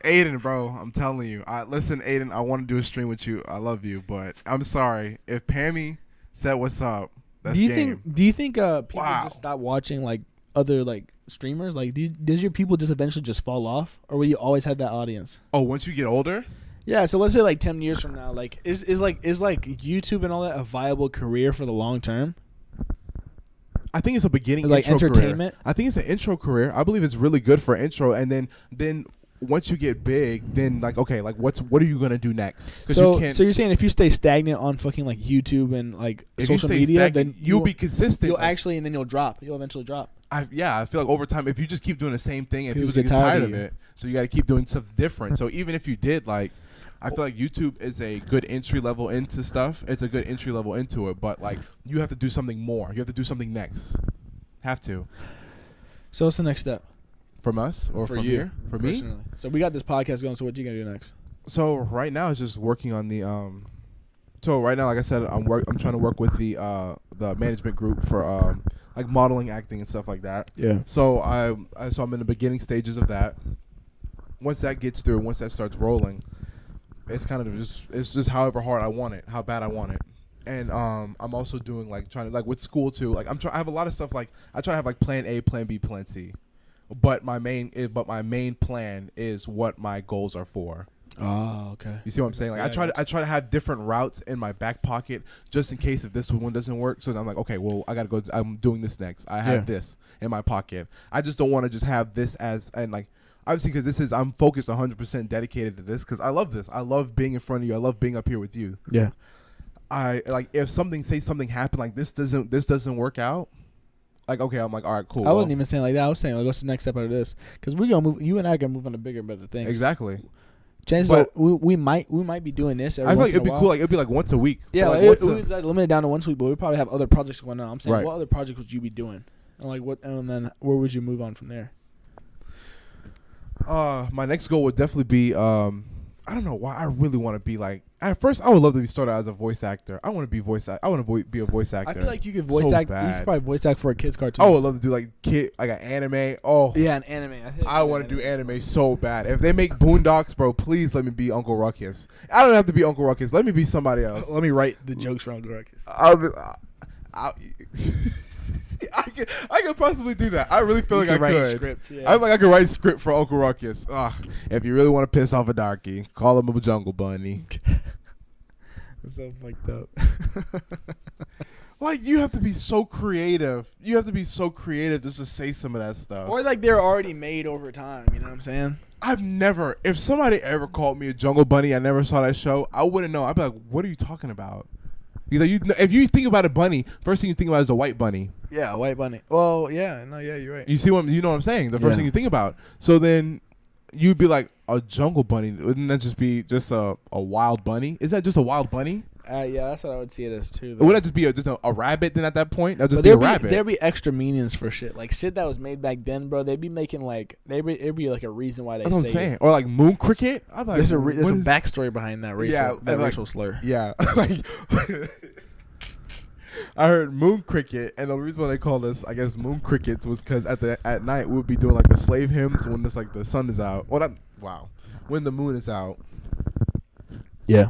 Speaker 2: Aiden, bro, I'm telling you. I listen, Aiden. I want to do a stream with you. I love you, but I'm sorry if Pammy said what's up. That's
Speaker 1: do you
Speaker 2: game.
Speaker 1: think do you think uh people
Speaker 2: Wow.
Speaker 1: just stop watching like other like streamers? Like do you, does your people just eventually just fall off? Or will you always have that audience?
Speaker 2: Oh, once you get older,
Speaker 1: Yeah, so let's say like ten years from now, like is, is like is like YouTube and all that a viable career for the long term?
Speaker 2: I think it's a beginning
Speaker 1: Like
Speaker 2: intro career.
Speaker 1: entertainment?
Speaker 2: I think it's an intro career. I believe it's really good for intro, and then then once you get big, then like okay, like what's what are you gonna do next? Because
Speaker 1: So,
Speaker 2: you can't.
Speaker 1: so you're saying if you stay stagnant on fucking like YouTube and like
Speaker 2: if you
Speaker 1: social
Speaker 2: stay
Speaker 1: media,
Speaker 2: stagnant,
Speaker 1: then
Speaker 2: you'll,
Speaker 1: you
Speaker 2: be consistent.
Speaker 1: you'll
Speaker 2: Like,
Speaker 1: actually and then you'll drop. You'll eventually drop.
Speaker 2: I, yeah, I feel like over time, if you just keep doing the same thing, and people,
Speaker 1: People
Speaker 2: just get tired of
Speaker 1: you.
Speaker 2: it, so you got to keep doing stuff different. so even if you did like. I feel like YouTube is a good entry level into stuff. It's a good entry level into it, but like you have to do something more. You have to do something next. Have to.
Speaker 1: So what's the next step
Speaker 2: From us or
Speaker 1: for
Speaker 2: from
Speaker 1: you?
Speaker 2: here? For me?
Speaker 1: personally? So we got this podcast going. So what you gonna do next?
Speaker 2: so right now it's just working on the um so right now like i said i'm work i'm trying to work with the uh the management group for um like modeling acting and stuff like that
Speaker 1: Yeah.
Speaker 2: so i, I so i'm in the beginning stages of that once that gets through once that starts rolling it's kind of just it's just however hard i want it how bad i want it and um, I'm also doing like trying to like with school too. Like I'm trying, I have a lot of stuff. Like I try to have like plan A, plan B, plan C, but my main, i- but my main plan is what my goals are for.
Speaker 1: Oh, okay.
Speaker 2: You see what I'm saying? Like I
Speaker 1: Yeah, I
Speaker 2: try to I try to have different routes in my back pocket just in case if this one doesn't work. So then I'm like, okay, well I gotta go. I'm doing this next. I have
Speaker 1: Yeah.
Speaker 2: this in my pocket. I just don't want to just have this as and like obviously because this is I'm focused 100 percent dedicated to this because I love this. I love being in front of you. I love being up here with you.
Speaker 1: Yeah.
Speaker 2: I like if something say something happened like this doesn't this doesn't work out. like okay, I'm like all right, cool.
Speaker 1: I
Speaker 2: well,
Speaker 1: wasn't even saying like that. I was saying like, what's the next step out of this? Because we gonna move. You and I are gonna move on to bigger and better things.
Speaker 2: exactly.
Speaker 1: Chances
Speaker 2: but-
Speaker 1: are we, we might we might be doing this. Every
Speaker 2: I feel
Speaker 1: once in a
Speaker 2: like it'd be
Speaker 1: while.
Speaker 2: cool. Like it'd be like once a week.
Speaker 1: Yeah,
Speaker 2: like,
Speaker 1: like, it,
Speaker 2: once a-
Speaker 1: we like limit it down to once week, but we probably have other projects going on. I'm saying,
Speaker 2: Right.
Speaker 1: what other projects would you be doing? And like what, and then where would you move on from there?
Speaker 2: Uh, my next goal would definitely be um, I don't know why I really want to be like. At first, I would love to be started as a voice actor. I want to be voice. Act- I want to vo- be a voice actor.
Speaker 1: I feel like you could voice
Speaker 2: so
Speaker 1: act. You
Speaker 2: bad. Oh,
Speaker 1: could probably voice act for a kids cartoon.
Speaker 2: I would love to do like kid, like an anime. Oh,
Speaker 1: yeah, an anime. I, think
Speaker 2: I want to do anime so bad. If they make Boondocks, bro, please let me be Uncle Ruckus. I don't have to be Uncle Ruckus. Let me be somebody else.
Speaker 1: Let me write the jokes around Greg.
Speaker 2: I'll be, I, I, I can I could possibly do that. I really feel
Speaker 1: You
Speaker 2: like
Speaker 1: could
Speaker 2: I
Speaker 1: write a
Speaker 2: could.
Speaker 1: script, yeah.
Speaker 2: I feel like I could write a script for Uncle Ruckus. Ugh, if you really want to piss off a darky, call him a jungle bunny.
Speaker 1: so fucked up.
Speaker 2: Like you have to be so creative. You have to be so creative just to say some of that stuff.
Speaker 1: or like they're already made over time. You know what I'm saying?
Speaker 2: I've never. If somebody ever called me a jungle bunny, I never saw that show. I wouldn't know. I'd be like, "What are you talking about?" Because you, if you think about a bunny, first thing you think about is a white bunny.
Speaker 1: Yeah, White Bunny. Well, yeah, no, yeah, you're right.
Speaker 2: You see what you know what I'm saying? The first
Speaker 1: Yeah.
Speaker 2: thing you think about. So then you'd be like a jungle bunny. Wouldn't that just be just a, a wild bunny? Is that just a wild bunny?
Speaker 1: Uh, yeah, that's what I would see it as too. though.
Speaker 2: Would that just be a, just a, a rabbit? Then at that point, that'd just
Speaker 1: But
Speaker 2: be a
Speaker 1: there'd be,
Speaker 2: rabbit.
Speaker 1: there'd be extra meanings for shit like shit that was made back then, bro. They'd be making like they'd be, it'd be like a reason why they
Speaker 2: That's what
Speaker 1: say
Speaker 2: I'm
Speaker 1: it.
Speaker 2: saying. Or like moon cricket. I'm like,
Speaker 1: There's a re- there's
Speaker 2: what
Speaker 1: a
Speaker 2: is-
Speaker 1: backstory behind that racial
Speaker 2: Yeah,
Speaker 1: that
Speaker 2: and, like-
Speaker 1: racial slur.
Speaker 2: Yeah, like I heard moon cricket, and the reason why they called us, I guess, moon crickets was because at the at night we would be doing like the slave hymns when it's like the sun is out. Well, not, wow, when the moon is out.
Speaker 1: Yeah.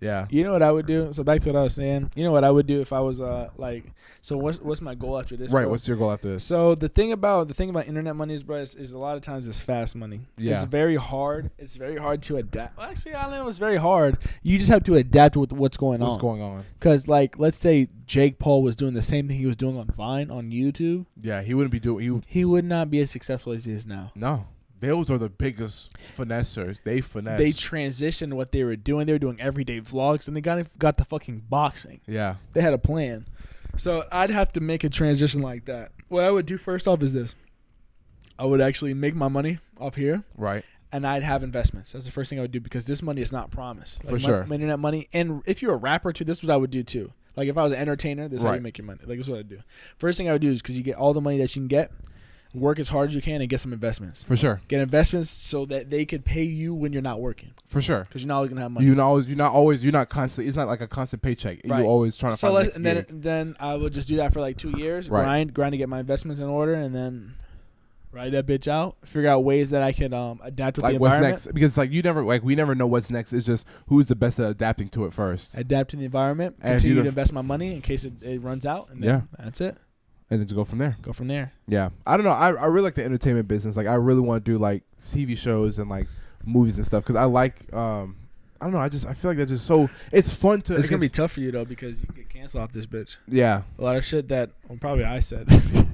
Speaker 2: Yeah,
Speaker 1: You know what I would do? So back to what I was saying. You know what I would do if I was uh like so what's what's my goal after this?
Speaker 2: right.
Speaker 1: bro?
Speaker 2: What's your goal after this?
Speaker 1: So the thing about the thing about internet money is, bro, is, is a lot of times it's fast money.
Speaker 2: Yeah.
Speaker 1: It's very hard. It's very hard to adapt. Well, actually, I don't know. It's very hard. You just have to adapt with what's going
Speaker 2: What's
Speaker 1: on.
Speaker 2: going on?
Speaker 1: Because like, let's say Jake Paul was doing the same thing he was doing on Vine on YouTube,
Speaker 2: Yeah, he wouldn't be doing. He would-
Speaker 1: he would not be as successful as he is now.
Speaker 2: no. Those are the biggest finessers. They finesse.
Speaker 1: They transitioned what they were doing. They were doing everyday vlogs, and they got got the fucking boxing.
Speaker 2: yeah.
Speaker 1: They had a plan. So I'd have to make a transition like that. What I would do first off is this: I would actually make my money off here,
Speaker 2: Right.
Speaker 1: and I'd have investments. That's the first thing I would do because this money is not promised. Like
Speaker 2: For
Speaker 1: my-
Speaker 2: sure.
Speaker 1: my internet money. And if you're a rapper too, this is what I would do too. Like if I was an entertainer, this is how
Speaker 2: Right.
Speaker 1: you make your money. Like this is what I do. First thing I would do is because you get all the money that you can get, work as hard as you can, and get some investments.
Speaker 2: For sure.
Speaker 1: Get investments so that they could pay you when you're not working
Speaker 2: For sure.
Speaker 1: because you're not always gonna have money.
Speaker 2: You're not always. You're not always. You're not constantly. It's not like a constant paycheck.
Speaker 1: Right.
Speaker 2: You're always trying to
Speaker 1: so
Speaker 2: find. the
Speaker 1: let's,
Speaker 2: next
Speaker 1: and then
Speaker 2: gig.
Speaker 1: then I would just do that for like two years,
Speaker 2: Right.
Speaker 1: grind, grind to get my investments in order, and then ride that bitch out. Figure out ways that I can um, adapt with the
Speaker 2: like what's
Speaker 1: environment.
Speaker 2: next because like you never like we never know what's next it's just who's the best at adapting to it first
Speaker 1: Adapt to the environment.
Speaker 2: And if
Speaker 1: continue
Speaker 2: you
Speaker 1: to
Speaker 2: def-
Speaker 1: invest my money in case it, it runs out. And then that's it.
Speaker 2: and then to go from there
Speaker 1: Go from there.
Speaker 2: yeah i don't know i, I really like the entertainment business like i really want to do like tv shows and like movies and stuff because i like um i don't know i just i feel like that's just so it's fun to
Speaker 1: It's
Speaker 2: I
Speaker 1: gonna be
Speaker 2: guess-
Speaker 1: tough for you though because you can get canceled off this bitch.
Speaker 2: yeah
Speaker 1: A lot of shit that well, probably I said.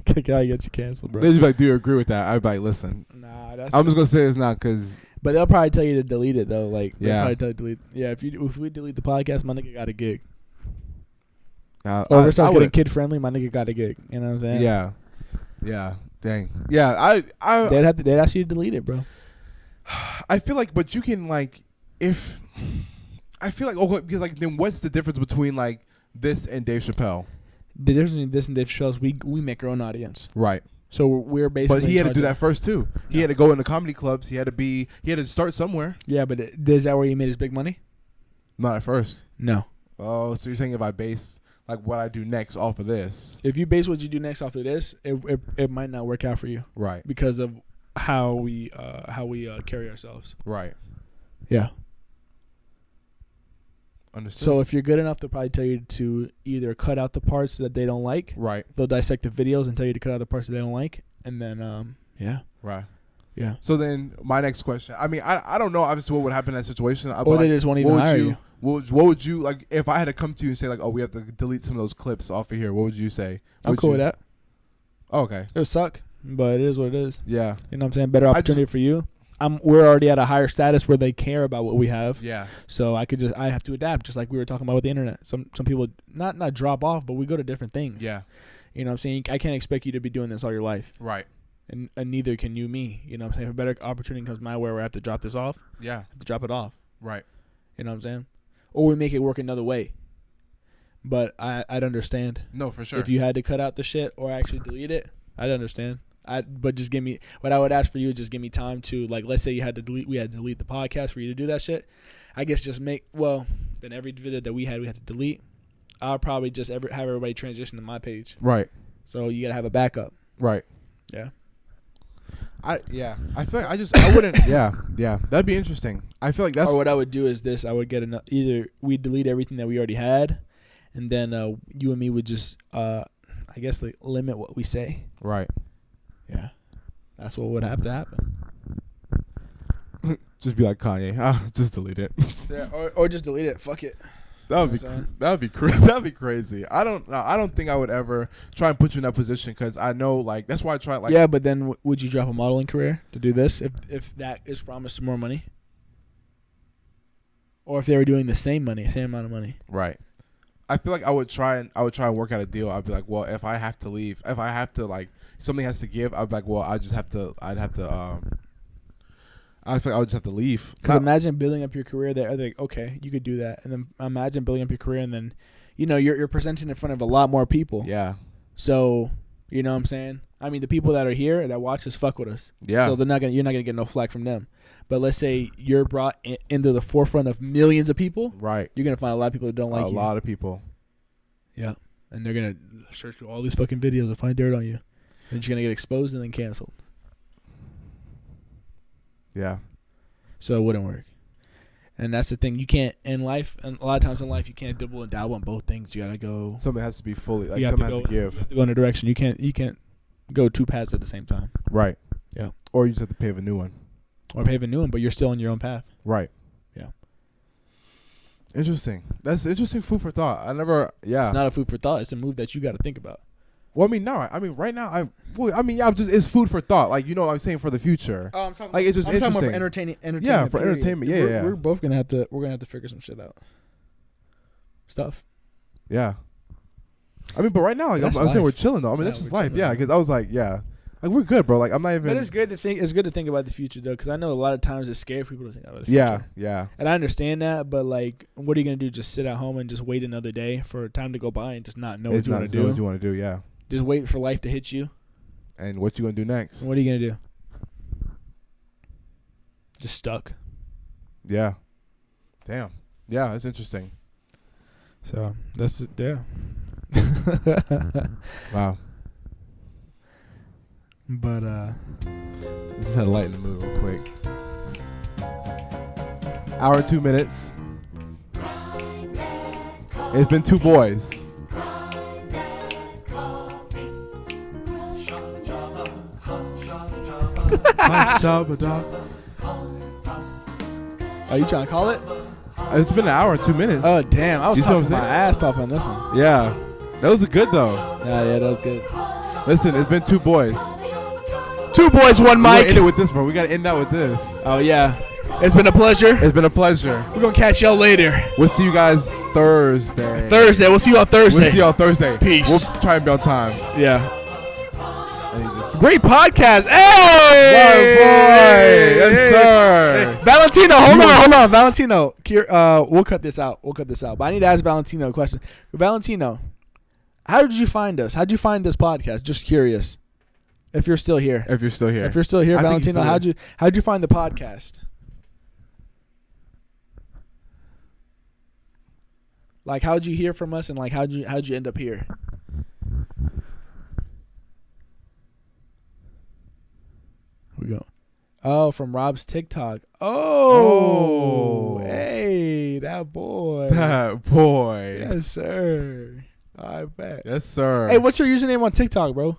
Speaker 1: gotta get you canceled,
Speaker 2: they just be like do you agree with that i'd be like listen
Speaker 1: Nah, that's.
Speaker 2: i'm just gonna say this now because
Speaker 1: but they'll probably tell you to delete it though. Like, they'll
Speaker 2: Yeah.
Speaker 1: probably tell you to delete. Yeah, if you if we delete the podcast, my nigga got a gig.
Speaker 2: uh,
Speaker 1: Or
Speaker 2: I-
Speaker 1: if it starts
Speaker 2: I
Speaker 1: Oh, getting
Speaker 2: would've-
Speaker 1: kid friendly, my nigga got a gig. You know what I'm saying?
Speaker 2: yeah yeah dang yeah i i
Speaker 1: They'd have to. They'd ask you to delete it, bro.
Speaker 2: I feel like, but you can like, if I feel like, okay, because like, then what's the difference between like this and Dave Chappelle?
Speaker 1: The difference between this and Dave Chappelle's, we we make our own audience,
Speaker 2: Right,
Speaker 1: so we're, we're basically.
Speaker 2: but he
Speaker 1: in
Speaker 2: had to do
Speaker 1: charge
Speaker 2: that
Speaker 1: of-
Speaker 2: first too. He had to go into comedy clubs. He had to be. He had to start somewhere.
Speaker 1: Yeah, but it- is that where he made his big money?
Speaker 2: Not at first.
Speaker 1: No.
Speaker 2: Oh, so you're saying if I base like what I do next off of this?
Speaker 1: If you base what you do next off of this, it it, it might not work out for you
Speaker 2: Right,
Speaker 1: because of how we uh how we uh, carry ourselves.
Speaker 2: right.
Speaker 1: Yeah.
Speaker 2: Understood.
Speaker 1: So if you're good enough, they'll probably tell you to either cut out the parts that they don't like.
Speaker 2: right,
Speaker 1: They'll dissect the videos and tell you to cut out the parts that they don't like, and then um yeah
Speaker 2: right.
Speaker 1: yeah.
Speaker 2: So then my next question. I mean, I I don't know obviously what would happen in that situation. I- but,
Speaker 1: Or they
Speaker 2: like,
Speaker 1: just won't even
Speaker 2: what would
Speaker 1: hire
Speaker 2: you,
Speaker 1: you.
Speaker 2: What would, what would you like if I had to come to you and say like, oh, we have to delete some of those clips off of here? What would you say?
Speaker 1: I'm
Speaker 2: Would
Speaker 1: cool
Speaker 2: you-
Speaker 1: with that.
Speaker 2: Oh, okay.
Speaker 1: It would suck, but it is what it is.
Speaker 2: Yeah.
Speaker 1: You know what I'm saying? Better
Speaker 2: I just-
Speaker 1: opportunity for you. I'm we're already at a higher status where they care about what we have.
Speaker 2: Yeah.
Speaker 1: So I could just I have to adapt, just like we were talking about with the internet. Some some people not not drop off, but we go to different things.
Speaker 2: Yeah.
Speaker 1: You know what I'm saying? I can't expect you to be doing this all your life.
Speaker 2: Right.
Speaker 1: And, and neither can you me. You know what I'm saying? If a better opportunity comes my way where I have to drop this off,
Speaker 2: Yeah.
Speaker 1: I have to drop it off.
Speaker 2: Right.
Speaker 1: You know what I'm saying? Or we make it work another way. But I, I'd understand
Speaker 2: No, for sure.
Speaker 1: if you had to cut out the shit or actually delete it. I'd understand. I but just give me what I would ask for you is just give me time to like. Let's say you had to delete, we had to delete the podcast for you to do that shit. I guess just make well. Then every video that we had, we had to delete. I'll probably just ever have everybody transition to my page.
Speaker 2: right.
Speaker 1: So you gotta have a backup.
Speaker 2: Right.
Speaker 1: Yeah.
Speaker 2: I yeah. I feel like I just I wouldn't. yeah. Yeah. That'd be interesting. I feel like that's
Speaker 1: or what I would do is this: I would get another. Either we delete everything that we already had, and then uh, you and me would just, uh, I guess, like, limit what we say.
Speaker 2: right.
Speaker 1: Yeah, that's what would have to happen.
Speaker 2: Just be like Kanye. Ah, just delete it.
Speaker 1: Yeah, or, or just delete it. Fuck it.
Speaker 2: That would
Speaker 1: You
Speaker 2: be
Speaker 1: know what I'm saying?
Speaker 2: that would be cra- that'd be crazy. I don't know. I don't think I would ever try and put you in that position because I know like that's why I try like
Speaker 1: yeah, but then w- would you drop a modeling career to do this if if that is promised more money? Or if they were doing the same money, same amount of money.
Speaker 2: right. I feel like I would try and I would try and work out a deal. I'd be like, well, if I have to leave, if I have to like something has to give, I'd be like, well, I just have to. I'd have to. um I feel like I would just have to leave.
Speaker 1: Because
Speaker 2: Not-
Speaker 1: imagine building up your career there. Like, okay, you could do that, and then imagine building up your career, and then, you know, you're you're presenting in front of a lot more people.
Speaker 2: yeah,
Speaker 1: So, you know what I'm saying? I mean, the people that are here that watch us fuck with us.
Speaker 2: yeah,
Speaker 1: So they're not gonna you're not gonna get no flack from them. But let's say you're brought in, into the forefront of millions of people,
Speaker 2: right.
Speaker 1: you're gonna find a lot of people that don't like
Speaker 2: a
Speaker 1: you.
Speaker 2: lot of people.
Speaker 1: Yeah. And they're gonna search through all these fucking videos and find dirt on you. And you're gonna get exposed and then canceled.
Speaker 2: Yeah,
Speaker 1: So it wouldn't work. And that's the thing. You can't in life and a lot of times in life you can't double and dabble on both things. You gotta go
Speaker 2: something has to be fully. Like
Speaker 1: you have
Speaker 2: something
Speaker 1: to go,
Speaker 2: has to
Speaker 1: you
Speaker 2: give.
Speaker 1: have to go in a direction. You can't you can't go two paths at the same time.
Speaker 2: Right.
Speaker 1: Yeah.
Speaker 2: Or you just have to pave a new one.
Speaker 1: Or pave a new one, but you're still on your own path.
Speaker 2: Right.
Speaker 1: Yeah.
Speaker 2: Interesting. That's interesting food for thought. I never. Yeah.
Speaker 1: It's not a food for thought. It's a move that you got to think about.
Speaker 2: well, I mean, no. I mean, right now, I. Well, I mean, yeah. I'm just it's food for thought. Like you know, what I'm saying for the future.
Speaker 1: Oh, I'm talking.
Speaker 2: Like, it's just
Speaker 1: I'm talking about for
Speaker 2: interesting.
Speaker 1: entertaining, entertainment.
Speaker 2: Yeah, for
Speaker 1: period.
Speaker 2: entertainment. Yeah,
Speaker 1: we're,
Speaker 2: yeah, yeah.
Speaker 1: We're both gonna have to. We're gonna have to figure some shit out. Stuff.
Speaker 2: Yeah. I mean, but right now, like I'm,
Speaker 1: That's
Speaker 2: I'm saying, we're
Speaker 1: life.
Speaker 2: chilling though. I mean,
Speaker 1: Yeah,
Speaker 2: that's just
Speaker 1: we're
Speaker 2: life.
Speaker 1: chilling.
Speaker 2: Yeah. Because I was like, yeah, like we're good, bro. Like I'm not even.
Speaker 1: But it's good to think. It's good to think about the future though, because I know a lot of times it's scary for people to think about the future.
Speaker 2: Yeah. Yeah.
Speaker 1: And I understand that, but like, what are you gonna do? Just sit at home and just wait another day for time to go by and just not know
Speaker 2: it's
Speaker 1: what you
Speaker 2: not
Speaker 1: want to
Speaker 2: know what
Speaker 1: do?
Speaker 2: you want to do. Yeah.
Speaker 1: Just wait for life to hit you.
Speaker 2: And what you gonna do next?
Speaker 1: What are you gonna do? Just stuck.
Speaker 2: Yeah. Damn. Yeah. That's interesting.
Speaker 1: So that's it. Yeah.
Speaker 2: Wow.
Speaker 1: but uh.
Speaker 2: Just had to lighten the mood real quick. Hour two minutes. It's been two boys. it's
Speaker 1: Are you trying to call it?
Speaker 2: been an hour and two minutes.
Speaker 1: Oh damn! I was
Speaker 2: You see what I'm
Speaker 1: talking my
Speaker 2: saying?
Speaker 1: ass off on this one.
Speaker 2: Uh, yeah, that was good though.
Speaker 1: Yeah, yeah, that was good.
Speaker 2: Listen, it's been two boys.
Speaker 1: Two boys, one
Speaker 2: We gotta end it with this, bro. We gotta end out with this.
Speaker 1: Oh yeah, it's been a pleasure.
Speaker 2: It's been a pleasure.
Speaker 1: We're gonna catch y'all later
Speaker 2: We'll see you guys Thursday.
Speaker 1: Thursday. We'll see you on Thursday.
Speaker 2: We'll see y'all Thursday.
Speaker 1: Peace.
Speaker 2: We'll try and be on time.
Speaker 1: yeah,
Speaker 2: And he just-
Speaker 1: great podcast. Hey,
Speaker 2: Word, boy. Yes, sir.
Speaker 1: Valentino, hold on, hold on, Valentino. Kier- Uh, we'll cut this out. We'll cut this out. But I need to ask Valentino a question. Valentino, how did you find us? How did you find this podcast? Just curious. If you're still here,
Speaker 2: If you're still here.
Speaker 1: if you're still here,
Speaker 2: I think he's
Speaker 1: Valentino,
Speaker 2: still
Speaker 1: how'd you how'd you find the podcast? Like, how'd you hear from us, and like, how'd you how'd you end up here? We go. Oh, from Rob's TikTok. Oh,
Speaker 2: Oh.
Speaker 1: hey, that boy.
Speaker 2: That boy.
Speaker 1: yes, sir. I bet.
Speaker 2: Yes, sir.
Speaker 1: Hey, what's your username on TikTok, bro?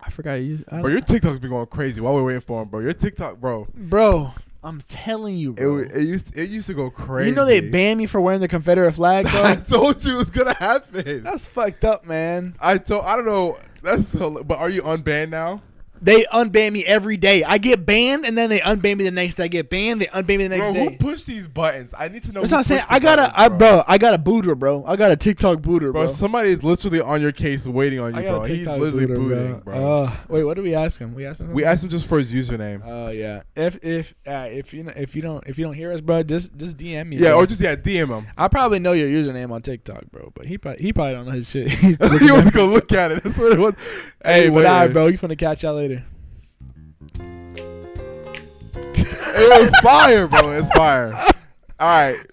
Speaker 1: I forgot you. I
Speaker 2: bro,
Speaker 1: don't-
Speaker 2: your TikTok's been going crazy while we're waiting for him, bro. Your TikTok, bro,
Speaker 1: Bro, I'm telling you,
Speaker 2: it,
Speaker 1: bro.
Speaker 2: w- it used it used to go crazy.
Speaker 1: you know they banned me for wearing the Confederate flag,
Speaker 2: I
Speaker 1: bro.
Speaker 2: told you it was gonna happen.
Speaker 1: That's fucked up, man.
Speaker 2: I told I don't know. That's so, but are you unbanned now?
Speaker 1: They unban me every day. I get banned and then they unban me the next day. I get banned, they unban me the next
Speaker 2: Bro,
Speaker 1: day.
Speaker 2: who pushed these buttons? I need to know.
Speaker 1: That's
Speaker 2: who
Speaker 1: what I'm saying.
Speaker 2: pushed the
Speaker 1: I got a, I,
Speaker 2: buttons,
Speaker 1: bro. I got a booter, bro. I got a TikTok booter,
Speaker 2: Bro,
Speaker 1: bro.
Speaker 2: somebody is literally on your case waiting on you,
Speaker 1: I got
Speaker 2: bro.
Speaker 1: a
Speaker 2: He's
Speaker 1: TikTok
Speaker 2: literally
Speaker 1: booter,
Speaker 2: booting, bro.
Speaker 1: Uh, wait, what did we ask him? We asked him.
Speaker 2: we asked him just for his username.
Speaker 1: Oh yeah. If if uh, if you know, if you don't if you don't hear us, bro, just just DM me.
Speaker 2: yeah,
Speaker 1: bro.
Speaker 2: or just yeah, DM him.
Speaker 1: I probably know your username on TikTok, bro. But he probably he probably don't know his shit. He's
Speaker 2: he was gonna look at it. That's what it was.
Speaker 1: Hey, but
Speaker 2: wait,
Speaker 1: alright,
Speaker 2: wait.
Speaker 1: bro, you finna catch y'all later.
Speaker 2: It was fire, bro. It's fire. All right.